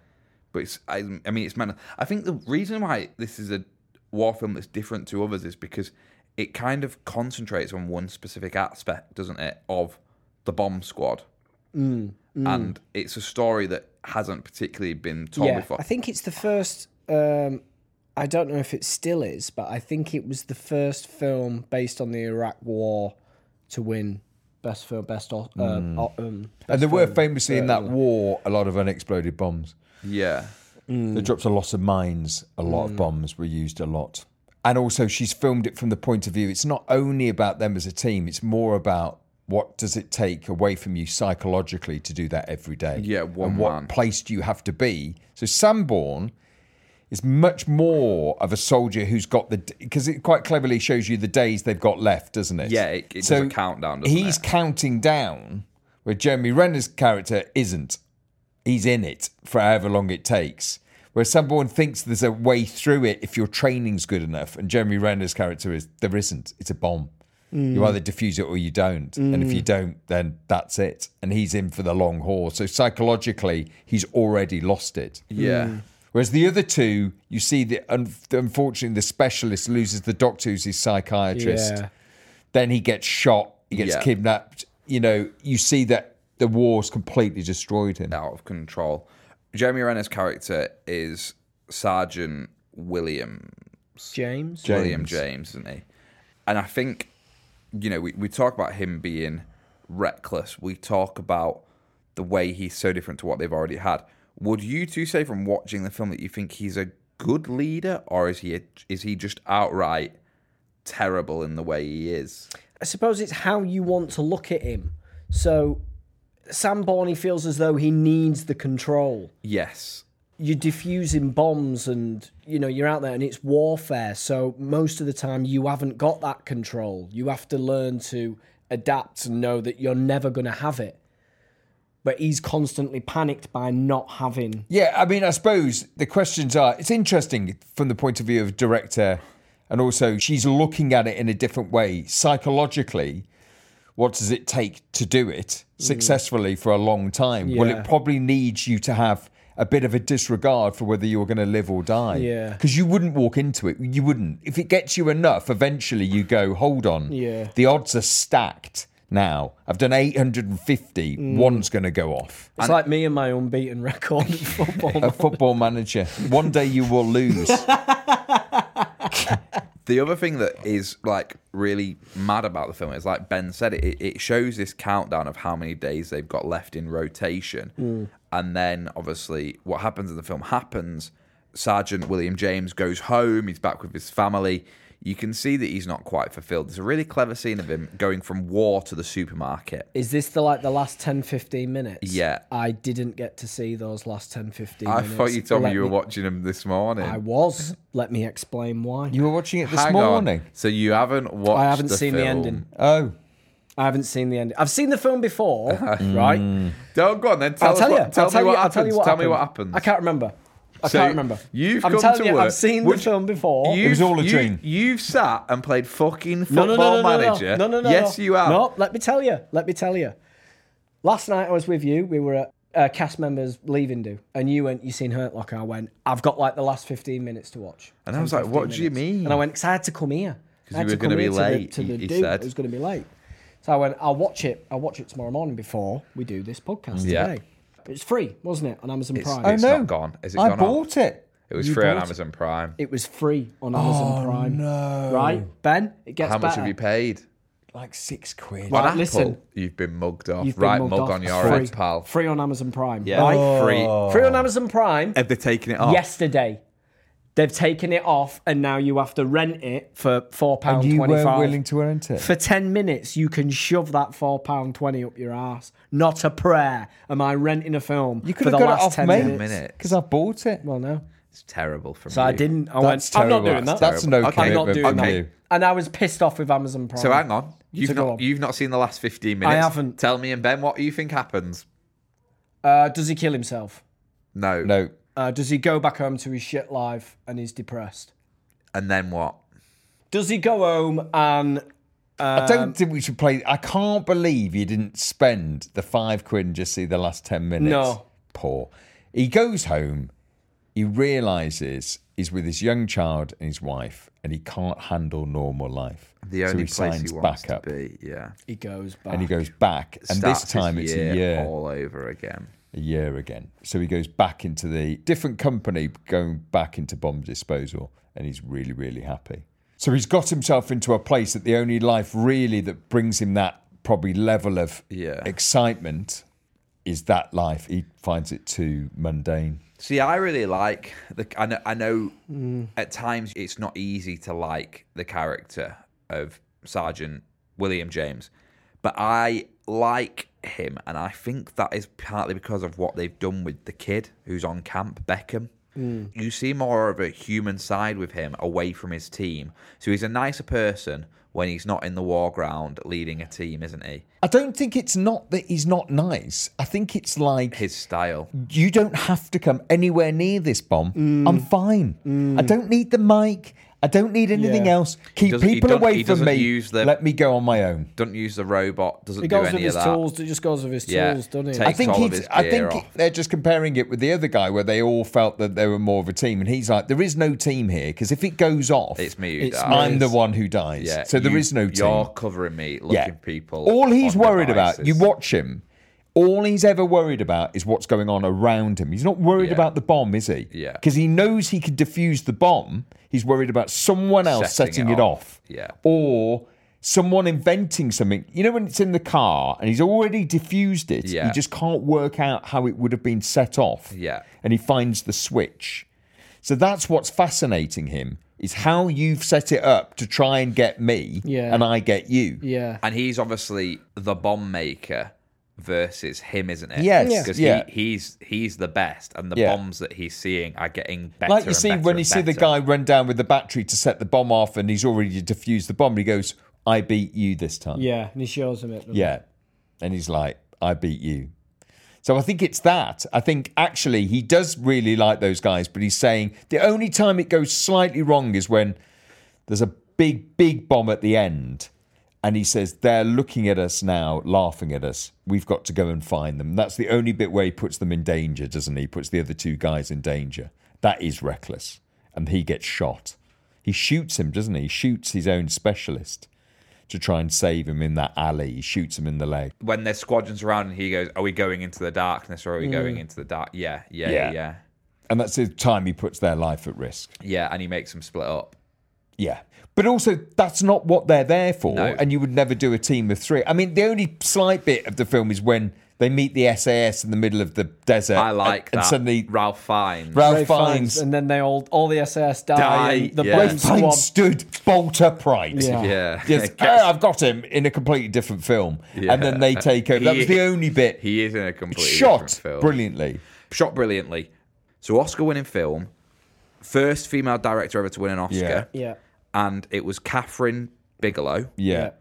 Speaker 1: But it's, I, I mean, it's man. I think the reason why this is a war film that's different to others is because it kind of concentrates on one specific aspect, doesn't it, of the bomb squad.
Speaker 3: Mm,
Speaker 1: And it's a story that hasn't particularly been told
Speaker 3: yeah.
Speaker 1: before.
Speaker 3: I think it's the first. Um, I don't know if it still is, but I think it was the first film based on the Iraq War to win best film, best. o- Um, o- um,
Speaker 2: Mm. and there were famously in that war a lot of unexploded bombs.
Speaker 1: yeah.
Speaker 2: They dropped a lot of mines, a lot
Speaker 1: Hmm.
Speaker 2: of bombs were used a lot. And also, she's filmed it from the point of view. It's not only about them as a team, it's more about what does it take away from you psychologically to do that every day?
Speaker 1: Yeah, one man.
Speaker 2: And what place do you have to be? So, Sanborn is much more of a soldier who's got the. Because it quite cleverly shows you the days they've got left, doesn't it?
Speaker 1: Yeah, it- it does a countdown, doesn't
Speaker 2: He's
Speaker 1: it?
Speaker 2: counting down, where Jeremy Renner's character isn't he's in it for however long it takes. Whereas Sanborn thinks there's a way through it if your training's good enough, and Jeremy Renner's character is there isn't. It's a bomb. You either defuse it or you don't, and if you don't, then that's it. And he's in for the long haul. So psychologically, he's already lost it.
Speaker 1: Yeah.
Speaker 2: Whereas the other two, you see that un- unfortunately the specialist loses the doctor who's his psychiatrist.
Speaker 3: Yeah.
Speaker 2: Then he gets shot. He gets
Speaker 1: Yeah.
Speaker 2: kidnapped. You know, you see that the war's completely destroyed him.
Speaker 1: Out of control. Jeremy Renner's character is Sergeant William
Speaker 3: James.
Speaker 1: William James, isn't he? And I think, you know, we, we talk about him being reckless. We talk about the way he's so different to what they've already had. Would you two say from watching the film that you think he's a good leader, or is he a, is he just outright terrible in the way he is?
Speaker 3: I suppose it's how you want to look at him. So Sam Borney feels as though he needs the control.
Speaker 1: Yes,
Speaker 3: you're diffusing bombs and you know you're out there and it's warfare so most of the time you haven't got that control you have to learn to adapt and know that you're never going to have it but he's constantly panicked by not having
Speaker 2: Yeah, I mean, I suppose the questions are it's interesting from the point of view of director, and also she's looking at it in a different way psychologically. What does it take to do it successfully for a long time? Well,
Speaker 3: Mm. Yeah.
Speaker 2: it probably needs you to have a bit of a disregard for whether you're going to live or die.
Speaker 3: Yeah.
Speaker 2: Because you wouldn't walk into it. You wouldn't. If it gets you enough, eventually you go, hold on.
Speaker 3: Yeah.
Speaker 2: The odds are stacked now. I've done 850.
Speaker 3: Mm.
Speaker 2: One's going to go off
Speaker 3: it's like me and my unbeaten record in football
Speaker 2: a football manager. One day you will lose.
Speaker 1: The other thing that is like really mad about the film is like Ben said, it, it shows this countdown of how many days they've got left in rotation.
Speaker 3: Hmm.
Speaker 1: And then obviously what happens in the film happens. Sergeant William James goes home, he's back with his family. You can see that he's not quite fulfilled. There's a really clever scene of him going from war to the supermarket.
Speaker 3: is this the like the last 10 15 minutes
Speaker 1: Yeah.
Speaker 3: i didn't get to see those last 10 15
Speaker 1: I
Speaker 3: minutes
Speaker 1: thought you told me
Speaker 3: Let
Speaker 1: you were watching him this morning.
Speaker 3: i was let me explain why
Speaker 2: You were watching it this
Speaker 1: Hang on.
Speaker 2: morning.
Speaker 1: So you haven't watched
Speaker 3: i haven't
Speaker 1: the
Speaker 3: seen the
Speaker 1: film.
Speaker 3: ending
Speaker 2: Oh,
Speaker 3: I haven't seen the end. I've seen the film before, right?
Speaker 1: Don't go on then. Mm. Tell
Speaker 3: I'll
Speaker 1: us
Speaker 3: tell you.
Speaker 1: what-
Speaker 3: I'll
Speaker 1: tell me what happens.
Speaker 3: tell you. I'll tell you what
Speaker 1: Tell
Speaker 3: happened.
Speaker 1: me what happens.
Speaker 3: I can't remember. I
Speaker 1: So
Speaker 3: can't remember.
Speaker 1: You've
Speaker 3: I'm
Speaker 1: come
Speaker 3: telling
Speaker 1: to
Speaker 3: you,
Speaker 1: work.
Speaker 3: I've seen
Speaker 1: Would
Speaker 3: the
Speaker 1: you-
Speaker 3: film before.
Speaker 1: You've-
Speaker 2: was all a
Speaker 1: you-
Speaker 2: dream.
Speaker 1: You've sat and played fucking
Speaker 3: no,
Speaker 1: football
Speaker 3: no, no, no, no, no,
Speaker 1: manager.
Speaker 3: no, no, no.
Speaker 1: Yes,
Speaker 3: no.
Speaker 1: you have.
Speaker 3: No, let me tell you. Let me tell you. Last night I was with you. We were at uh, cast members leaving do, and you went. You seen Hurt Locker? I went. I've got like the last fifteen minutes to watch.
Speaker 1: And I was
Speaker 3: 10,
Speaker 1: like, what
Speaker 3: 15
Speaker 1: do you
Speaker 3: minutes.
Speaker 1: mean?
Speaker 3: And I went because I had to come here
Speaker 1: 'Cause
Speaker 3: I had
Speaker 1: you were
Speaker 3: to come
Speaker 1: gonna be
Speaker 3: here to
Speaker 1: late,
Speaker 3: The, to the
Speaker 1: he- he
Speaker 3: dude
Speaker 1: said.
Speaker 3: that was going to be late. So I went. I'll watch it. I'll watch it tomorrow morning before we do this podcast
Speaker 1: Yeah.
Speaker 3: today. It's free, wasn't it, on Amazon Prime?
Speaker 2: oh
Speaker 1: It's
Speaker 2: no.
Speaker 1: not gone. Is it
Speaker 2: I
Speaker 1: gone on?
Speaker 2: bought it.
Speaker 1: It was
Speaker 3: You
Speaker 1: free on
Speaker 3: bought it.
Speaker 1: Amazon Prime.
Speaker 3: It was free on Amazon Prime.
Speaker 2: no.
Speaker 3: Right, Ben? It gets
Speaker 1: Oh, How much
Speaker 3: better.
Speaker 1: have you paid?
Speaker 2: Like six quid.
Speaker 1: On
Speaker 3: Right,
Speaker 1: Apple,
Speaker 3: listen.
Speaker 1: you've been mugged off.
Speaker 3: You've been
Speaker 1: right,
Speaker 3: mugged
Speaker 1: mug
Speaker 3: off.
Speaker 1: on
Speaker 3: It's
Speaker 1: your
Speaker 3: free.
Speaker 1: end, pal.
Speaker 3: Free on Amazon Prime.
Speaker 1: Yeah, Oh.
Speaker 3: Right?
Speaker 1: free.
Speaker 3: Free Oh. on Amazon Prime
Speaker 1: Have they taken it off?
Speaker 3: yesterday. They've taken it off and now you have to rent it for
Speaker 2: And you weren't
Speaker 3: £4.25.
Speaker 2: willing to rent it.
Speaker 3: For 10 minutes, you can shove that £4.20 up your ass. Not a prayer. Am I renting a film
Speaker 2: You
Speaker 3: for
Speaker 2: could
Speaker 3: the
Speaker 2: have got it
Speaker 3: last
Speaker 2: off
Speaker 3: 10
Speaker 2: me
Speaker 3: minutes?
Speaker 1: minutes.
Speaker 2: because I bought it.
Speaker 3: Well, no.
Speaker 1: It's terrible for me.
Speaker 3: So I didn't. I
Speaker 2: That's
Speaker 3: went, I'm not
Speaker 2: terrible.
Speaker 3: doing that.
Speaker 2: That's no
Speaker 1: Okay.
Speaker 3: I'm not
Speaker 2: commitment
Speaker 3: doing
Speaker 2: from
Speaker 3: that.
Speaker 2: you.
Speaker 3: And I was pissed off with Amazon Prime.
Speaker 1: So hang on. You've
Speaker 3: So
Speaker 1: not
Speaker 3: go on.
Speaker 1: you've not seen the last fifteen minutes.
Speaker 3: haven't.
Speaker 1: Tell me and Ben what you think happens.
Speaker 3: Uh, does he kill himself?
Speaker 1: No.
Speaker 2: No.
Speaker 3: Uh, does he go back home to his shit life and he's depressed?
Speaker 1: And then what?
Speaker 3: Does he go home and
Speaker 2: I don't think we should play. I can't believe you didn't spend the five quid and just see the last 10 minutes.
Speaker 3: No.
Speaker 2: Poor. He goes home. He realizes he's with his young child and his wife, and he can't handle normal life.
Speaker 1: The only
Speaker 2: so he
Speaker 1: place
Speaker 2: signs
Speaker 1: he wants
Speaker 2: back up.
Speaker 1: to be. Yeah.
Speaker 3: he goes back?
Speaker 2: And he goes back, and
Speaker 1: Starts
Speaker 2: this time
Speaker 1: his
Speaker 2: it's a year,
Speaker 1: all over again.
Speaker 2: a year again. So he goes back into the different company, going back into bomb disposal, and he's really, really happy. So he's got himself into a place that the only life really that brings him that probably level of
Speaker 1: Yeah.
Speaker 2: excitement is that life. He finds it too mundane.
Speaker 1: See, I really like the. I know, I know at times it's not easy to like the character of Sergeant William James, but I like him, and I think that is partly because of what they've done with the kid who's on camp, Beckham. You see more of a human side with him away from his team. So he's a nicer person when he's not in the war ground leading a team, isn't he?
Speaker 2: I don't think it's not that he's not nice. I think it's like
Speaker 1: His style.
Speaker 2: you don't have to come anywhere near this bomb. I'm fine. I don't need the mic. I don't need anything
Speaker 3: Yeah.
Speaker 2: else. Keep
Speaker 1: doesn't- he
Speaker 2: people
Speaker 1: don't- he
Speaker 2: away from
Speaker 1: doesn't
Speaker 2: me.
Speaker 1: use the-
Speaker 2: Let me go on my own.
Speaker 1: Don't use the robot, doesn't
Speaker 3: He
Speaker 1: do
Speaker 3: goes
Speaker 1: any
Speaker 3: with his
Speaker 1: of that.
Speaker 3: tools. He just goes with his
Speaker 1: Yeah.
Speaker 3: tools, doesn't he?
Speaker 1: Take-
Speaker 2: I think
Speaker 1: all of
Speaker 2: he's,
Speaker 1: his
Speaker 2: I
Speaker 1: gear
Speaker 2: think
Speaker 1: off.
Speaker 2: they're just comparing it with the other guy where they all felt that they were more of a team, and he's like, "There is no team here because if it goes off,
Speaker 1: It's me who
Speaker 3: It's
Speaker 1: dies.
Speaker 3: me.
Speaker 2: I'm the one who dies."
Speaker 1: Yeah.
Speaker 2: so there
Speaker 1: you-
Speaker 2: is no team.
Speaker 1: You're covering me, looking people.
Speaker 2: All he's
Speaker 1: on
Speaker 2: worried
Speaker 1: devices.
Speaker 2: about, you watch him, all he's ever worried about is what's going on around him. He's not worried
Speaker 1: Yeah.
Speaker 2: about the bomb, is he?
Speaker 1: Yeah.
Speaker 2: Because he knows he can defuse the bomb. He's worried about someone else
Speaker 1: Setting
Speaker 2: setting,
Speaker 1: it
Speaker 2: it,
Speaker 1: off.
Speaker 2: off.
Speaker 1: Yeah.
Speaker 2: Or someone inventing something. You know when it's in the car and he's already defused it,
Speaker 1: Yeah.
Speaker 2: he just can't work out how it would have been set off.
Speaker 1: Yeah.
Speaker 2: And he finds the switch. So that's what's fascinating him. Is how you've set it up to try and get me,
Speaker 3: Yeah.
Speaker 2: and I get you.
Speaker 3: yeah.
Speaker 1: And he's obviously the bomb maker versus him, isn't it?
Speaker 2: Yes, Yeah.
Speaker 1: because
Speaker 2: yeah.
Speaker 1: he, he's he's the best, and the
Speaker 2: Yeah.
Speaker 1: bombs that he's seeing are getting better.
Speaker 2: Like you
Speaker 1: and
Speaker 2: see
Speaker 1: better
Speaker 2: when
Speaker 1: and
Speaker 2: you see the
Speaker 1: better.
Speaker 2: guy run down with the battery to set the bomb off, and he's already defused the bomb. and He goes, "I beat you this time."
Speaker 3: Yeah, and he shows him it. doesn't he?
Speaker 2: Yeah. And he's like, I beat you. So I think it's that. I think actually he does really like those guys, but he's saying the only time it goes slightly wrong is when there's a big, big bomb at the end. And he says, they're looking at us now, laughing at us. We've got to go and find them. That's the only bit where he puts them in danger, doesn't he? He puts the other two guys in danger. That is reckless. And he gets shot. He shoots him, doesn't he? He shoots his own specialist to try and save him in that alley. He shoots him in the leg.
Speaker 1: when their squadrons around, and he goes, "Are we going into the darkness or are
Speaker 3: Mm.
Speaker 1: we going into the dark?" Yeah, yeah,
Speaker 2: Yeah.
Speaker 1: yeah, yeah,
Speaker 2: And that's the time he puts their life at risk.
Speaker 1: yeah, and he makes them split up.
Speaker 2: Yeah. But also, that's not what they're there for.
Speaker 1: No.
Speaker 2: And you would never do a team of three. I mean, the only slight bit of the film is when they meet the SAS in the middle of the desert.
Speaker 1: I like
Speaker 2: and, And
Speaker 1: that.
Speaker 2: suddenly
Speaker 1: Ralph Fiennes.
Speaker 2: Ralph
Speaker 3: Ray finds,
Speaker 2: finds,
Speaker 3: and then they all all the SS die,
Speaker 1: Die,
Speaker 3: and the
Speaker 1: yeah.
Speaker 3: bomb
Speaker 1: Ray
Speaker 2: Fine
Speaker 3: squad-
Speaker 2: stood bolt upright.
Speaker 3: Yeah.
Speaker 1: yeah,
Speaker 2: Yes,
Speaker 1: Gets-
Speaker 2: "Oh, I've got him in a completely different film.
Speaker 1: Yeah.
Speaker 2: And then they take over. That
Speaker 1: He-
Speaker 2: was the only bit.
Speaker 1: he is in a completely different
Speaker 2: shot
Speaker 1: film.
Speaker 2: brilliantly.
Speaker 1: shot brilliantly. So Oscar-winning film, first female director ever to win an Oscar,
Speaker 2: Yeah.
Speaker 3: Yeah,
Speaker 1: and it was Catherine Bigelow,
Speaker 2: Yeah.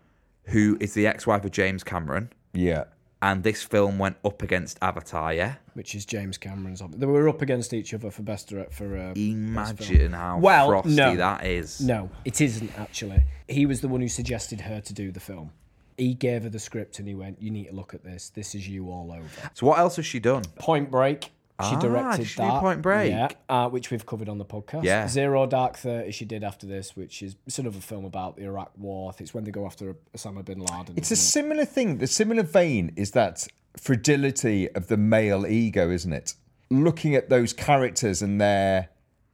Speaker 1: who is the ex-wife of James Cameron,
Speaker 2: Yeah.
Speaker 1: and this film went up against Avatar. Yeah,
Speaker 3: which is James Cameron's. ob- They were up against each other for best direct for. Uh,
Speaker 1: imagine how
Speaker 3: Well,
Speaker 1: frosty
Speaker 3: no.
Speaker 1: that is.
Speaker 3: no, it isn't actually. He was the one who suggested her to do the film. He gave her the script and he went, "You need to look at this. This is you all over."
Speaker 1: So what else has she done?
Speaker 3: Point Break. She
Speaker 1: Ah,
Speaker 3: directed
Speaker 1: she did
Speaker 3: that.
Speaker 1: Point Break.
Speaker 3: yeah, uh, which we've covered on the podcast.
Speaker 1: Yeah.
Speaker 3: Zero Dark Thirty. She did after this, which is sort of a film about the Iraq War. I think It's when they go after Osama bin Laden.
Speaker 2: It's a
Speaker 3: isn't it?
Speaker 2: similar thing. The similar vein is that fragility of the male ego, isn't it? Looking at those characters and their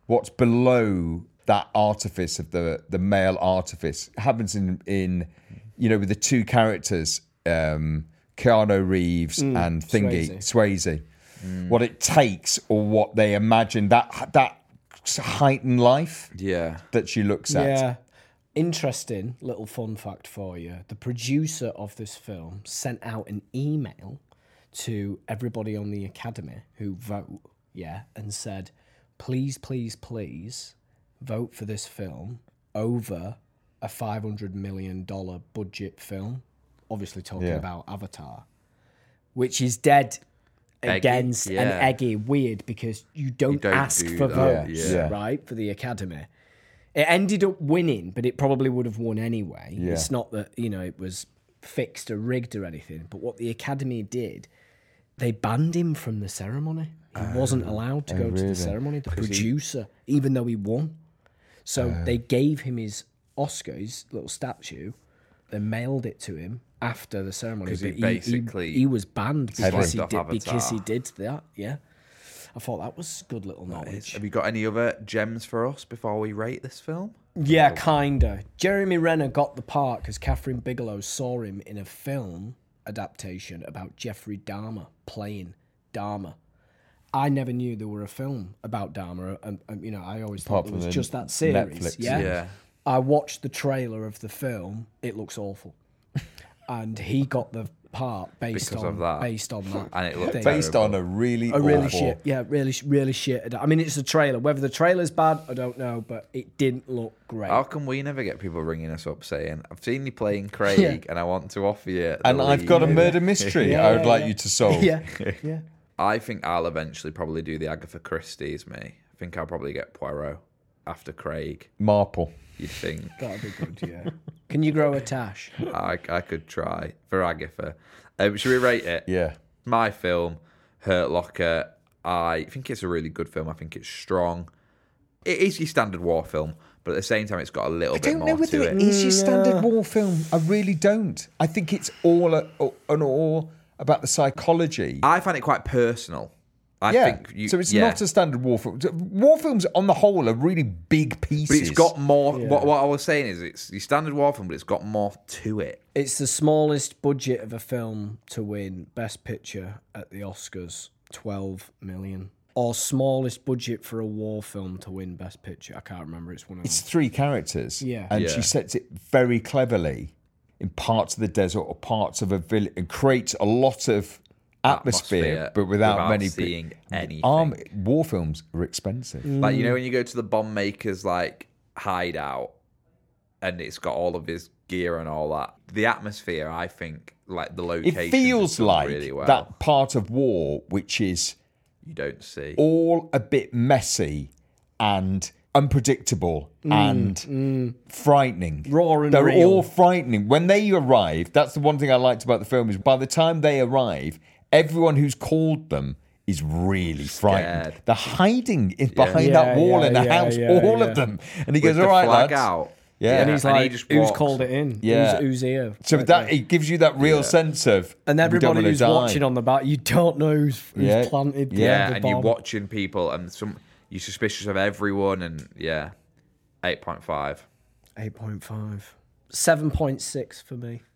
Speaker 2: what's below that artifice of the the male artifice It happens in in you know with the two characters, um, Keanu Reeves
Speaker 3: Mm,
Speaker 2: and Thingy Swayze. What it takes, or what they imagine that that heightened life
Speaker 1: Yeah.
Speaker 2: that she looks at.
Speaker 3: Yeah. Interesting little fun fact for you. The producer of this film sent out an email to everybody on the Academy who vote, yeah, and said, please, please, please vote for this film over a $500 million budget film. Obviously, talking
Speaker 2: Yeah.
Speaker 3: about Avatar, which is dead.
Speaker 1: Eggy,
Speaker 3: Against an
Speaker 1: yeah.
Speaker 3: eggy, weird because you don't,
Speaker 1: don't
Speaker 3: ask
Speaker 1: do
Speaker 3: for
Speaker 1: that,
Speaker 3: votes,
Speaker 2: yeah.
Speaker 3: right? For the academy, it ended up winning, but it probably would have won anyway.
Speaker 2: Yeah.
Speaker 3: It's not that, you know, it was fixed or rigged or anything. But what the Academy did, they banned him from the ceremony. He wasn't allowed to go to the ceremony, the producer, even though he won. So they gave him his Oscar, his little statue. They mailed it to him after the ceremony.
Speaker 1: 'Cause he
Speaker 3: but
Speaker 1: basically
Speaker 3: he, was banned because
Speaker 1: slagged
Speaker 3: he,
Speaker 1: off
Speaker 3: did,
Speaker 1: Avatar.
Speaker 3: because he did that. Yeah. I thought that was good little knowledge.
Speaker 1: Have you got any other gems for us before we rate this film?
Speaker 3: Yeah, kinda. Jeremy Renner got the part because Catherine Bigelow saw him in a film adaptation about Jeffrey Dahmer playing Dahmer. I never knew there were a film about Dahmer, uh, and, and, you know, I always
Speaker 2: Apart
Speaker 3: thought it
Speaker 2: from
Speaker 3: was
Speaker 2: the
Speaker 3: just that series.
Speaker 2: Netflix
Speaker 3: yeah?
Speaker 1: Yeah.
Speaker 3: I watched the trailer of the film. It looks awful, and he got the part based
Speaker 1: Because
Speaker 3: on
Speaker 1: of that.
Speaker 3: based on that.
Speaker 1: And it looked
Speaker 3: thing.
Speaker 2: Based on a really
Speaker 3: A really
Speaker 2: awful-
Speaker 3: shit, yeah, really, sh- really shit. ad- I mean, it's a trailer. Whether the trailer's bad, I don't know, but it didn't look great.
Speaker 1: How come we never get people ringing us up saying, I've seen you playing Craig and I want to offer you. the
Speaker 2: And I've
Speaker 1: lead
Speaker 2: got a
Speaker 1: in it."
Speaker 2: murder mystery I would
Speaker 3: yeah,
Speaker 2: like
Speaker 3: yeah.
Speaker 2: you to solve.
Speaker 3: Yeah, yeah.
Speaker 1: I think I'll eventually probably do the Agatha Christie's me. I think I'll probably get Poirot after Craig.
Speaker 2: Marple.
Speaker 1: You'd think
Speaker 3: That'd be good, yeah. Can you grow a tash?
Speaker 1: I, I could try for Agatha. Um, should we rate it?
Speaker 2: Yeah.
Speaker 1: my film, Hurt Locker. I think it's a really good film. I think it's strong. It is your standard war film, but at the same time, it's got a little
Speaker 2: I
Speaker 1: bit
Speaker 2: don't
Speaker 1: more
Speaker 2: know
Speaker 1: to
Speaker 2: whether
Speaker 1: it.
Speaker 2: it is your standard war film. I really don't. I think it's all a, and all about the psychology.
Speaker 1: I find it quite personal. I
Speaker 2: yeah.
Speaker 1: think you,
Speaker 2: so it's
Speaker 1: yeah.
Speaker 2: not a standard war film. War films, on the whole, are really big
Speaker 1: But
Speaker 2: pieces.
Speaker 1: it's got more. What, what I was saying is, it's your standard war film, but it's got more to it.
Speaker 3: It's the smallest budget of a film to win Best Picture at the Oscars, 12 million. Or smallest budget for a war film to win Best Picture. I can't remember. It's one of
Speaker 2: It's
Speaker 3: those.
Speaker 2: three characters.
Speaker 3: Yeah.
Speaker 2: And she sets it very cleverly. in parts of the desert or parts of a village and creates a lot of atmosphere,
Speaker 1: Atmosphere
Speaker 2: but without,
Speaker 1: without
Speaker 2: many pe-
Speaker 1: seeing anything.
Speaker 2: Arm war films are expensive.
Speaker 1: Like you know when you go to the bomb maker's like hideout, and it's got all of his gear and all that. The atmosphere, I think, like the location,
Speaker 2: It feels like
Speaker 1: really well.
Speaker 2: that part of war which is
Speaker 1: you don't see.
Speaker 2: all a bit messy and unpredictable and frightening.
Speaker 3: Mm, Raw and
Speaker 2: They're
Speaker 3: real.
Speaker 2: all frightening. When they arrive, that's the one thing I liked about the film is by the time they arrive, everyone who's called them is really frightened.
Speaker 1: Scared.
Speaker 2: They're hiding in behind
Speaker 3: Yeah,
Speaker 2: that wall
Speaker 3: yeah,
Speaker 2: in the
Speaker 3: yeah,
Speaker 2: house,
Speaker 3: yeah,
Speaker 2: all
Speaker 3: yeah.
Speaker 2: of them. And he
Speaker 1: With
Speaker 2: goes,
Speaker 1: the
Speaker 2: "All right,
Speaker 1: flag
Speaker 2: lads."
Speaker 1: out.
Speaker 2: Yeah.
Speaker 3: and he's
Speaker 1: And he
Speaker 3: like,
Speaker 1: just
Speaker 3: "Who's
Speaker 1: walks.
Speaker 3: called it in?
Speaker 2: Yeah.
Speaker 3: Who's, who's here?"
Speaker 2: So
Speaker 3: Like,
Speaker 2: that it gives you that real sense of
Speaker 3: and
Speaker 2: we don't
Speaker 3: everybody
Speaker 2: wanna
Speaker 3: who's
Speaker 2: die.
Speaker 3: watching on the back, you don't know who's, who's
Speaker 2: Yeah.
Speaker 3: planted.
Speaker 2: Yeah,
Speaker 1: yeah,
Speaker 3: the
Speaker 1: and you're
Speaker 3: bomb.
Speaker 1: watching people, and some you're suspicious of everyone, and yeah, eight point five.
Speaker 3: 8.5. 7.6 for me.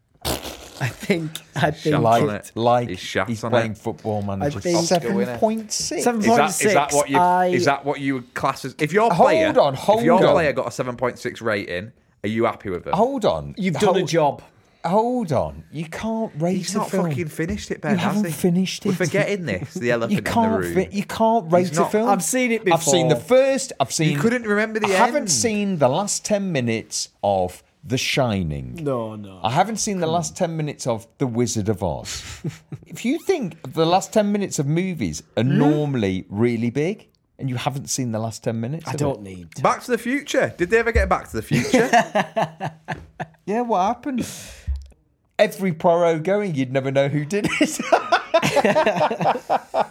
Speaker 3: I think. I think.
Speaker 1: Shut
Speaker 2: like
Speaker 1: on it.
Speaker 2: like
Speaker 1: He's
Speaker 2: he's,
Speaker 1: shot on
Speaker 2: playing
Speaker 1: it.
Speaker 2: football manager.
Speaker 3: think-
Speaker 2: Seven point six.
Speaker 1: Is that, is
Speaker 3: 7.6.
Speaker 1: that what you
Speaker 3: I,
Speaker 1: is that what you would class as if your
Speaker 2: Hold
Speaker 1: player
Speaker 2: on, hold
Speaker 1: if your
Speaker 2: on.
Speaker 1: player got a seven point six rating, are you happy with it?
Speaker 2: Hold on.
Speaker 3: You've done a
Speaker 2: Hold-
Speaker 3: job.
Speaker 2: Hold on. You can't rate
Speaker 1: He's
Speaker 2: a
Speaker 1: not
Speaker 2: film.
Speaker 1: fucking finished it, Ben.
Speaker 2: you
Speaker 1: has
Speaker 2: haven't
Speaker 1: he?
Speaker 2: finished it.
Speaker 1: We're forgetting this. The elephant
Speaker 2: You can't.
Speaker 1: in the room.
Speaker 2: fi- you can't rate
Speaker 1: not-
Speaker 2: a film.
Speaker 3: I've seen it
Speaker 2: I've seen the
Speaker 3: before.
Speaker 2: first. I've seen.
Speaker 1: couldn't remember the
Speaker 2: I haven't
Speaker 1: end.
Speaker 2: seen the last ten minutes of The Shining.
Speaker 3: No, no.
Speaker 2: I haven't seen the last 10 minutes of The Wizard of Oz. if you think the last 10 minutes of movies are
Speaker 3: Hmm?
Speaker 2: normally really big and you haven't seen the last 10 minutes,
Speaker 3: I
Speaker 2: of
Speaker 3: don't
Speaker 2: it-
Speaker 3: need.
Speaker 1: Back to the Future. Did they ever get Back to the Future?
Speaker 2: Yeah, what happened? Every Poirot going, you'd never know who did it. I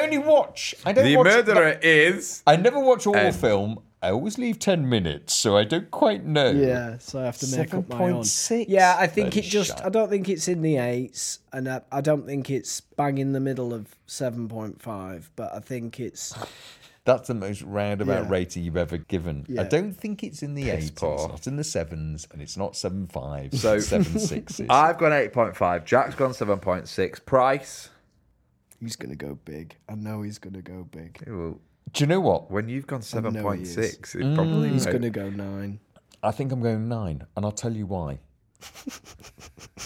Speaker 2: only watch. I don't
Speaker 1: the
Speaker 2: watch.
Speaker 1: murderer is.
Speaker 2: I never watch all
Speaker 1: Um,
Speaker 2: film. I always leave 10 minutes, so I don't quite know.
Speaker 3: Yeah, so I have to make up my own.
Speaker 2: 7.6.
Speaker 3: Yeah, I think
Speaker 2: Bloody
Speaker 3: it just.
Speaker 2: shite.
Speaker 3: I don't think it's in the eights, and I, I don't think it's bang in the middle of seven point five. But I think it's.
Speaker 2: That's the most roundabout
Speaker 3: Yeah.
Speaker 2: rating you've ever given. I
Speaker 3: Yeah.
Speaker 2: don't think it's in the eights.
Speaker 1: poor.
Speaker 2: It's not in the sevens, and it's not seven fives.
Speaker 1: So-
Speaker 2: So seven sixes.
Speaker 1: I've gone eight point five. Jack's gone seven point six. Price.
Speaker 3: He's gonna go big. I know he's gonna go big.
Speaker 1: Well,
Speaker 2: Do you know what?
Speaker 1: When you've gone seven
Speaker 3: know he
Speaker 1: point
Speaker 3: is.
Speaker 1: six, it probably
Speaker 3: He's
Speaker 1: won't.
Speaker 3: gonna go nine.
Speaker 2: I think I'm going nine, and I'll tell you why.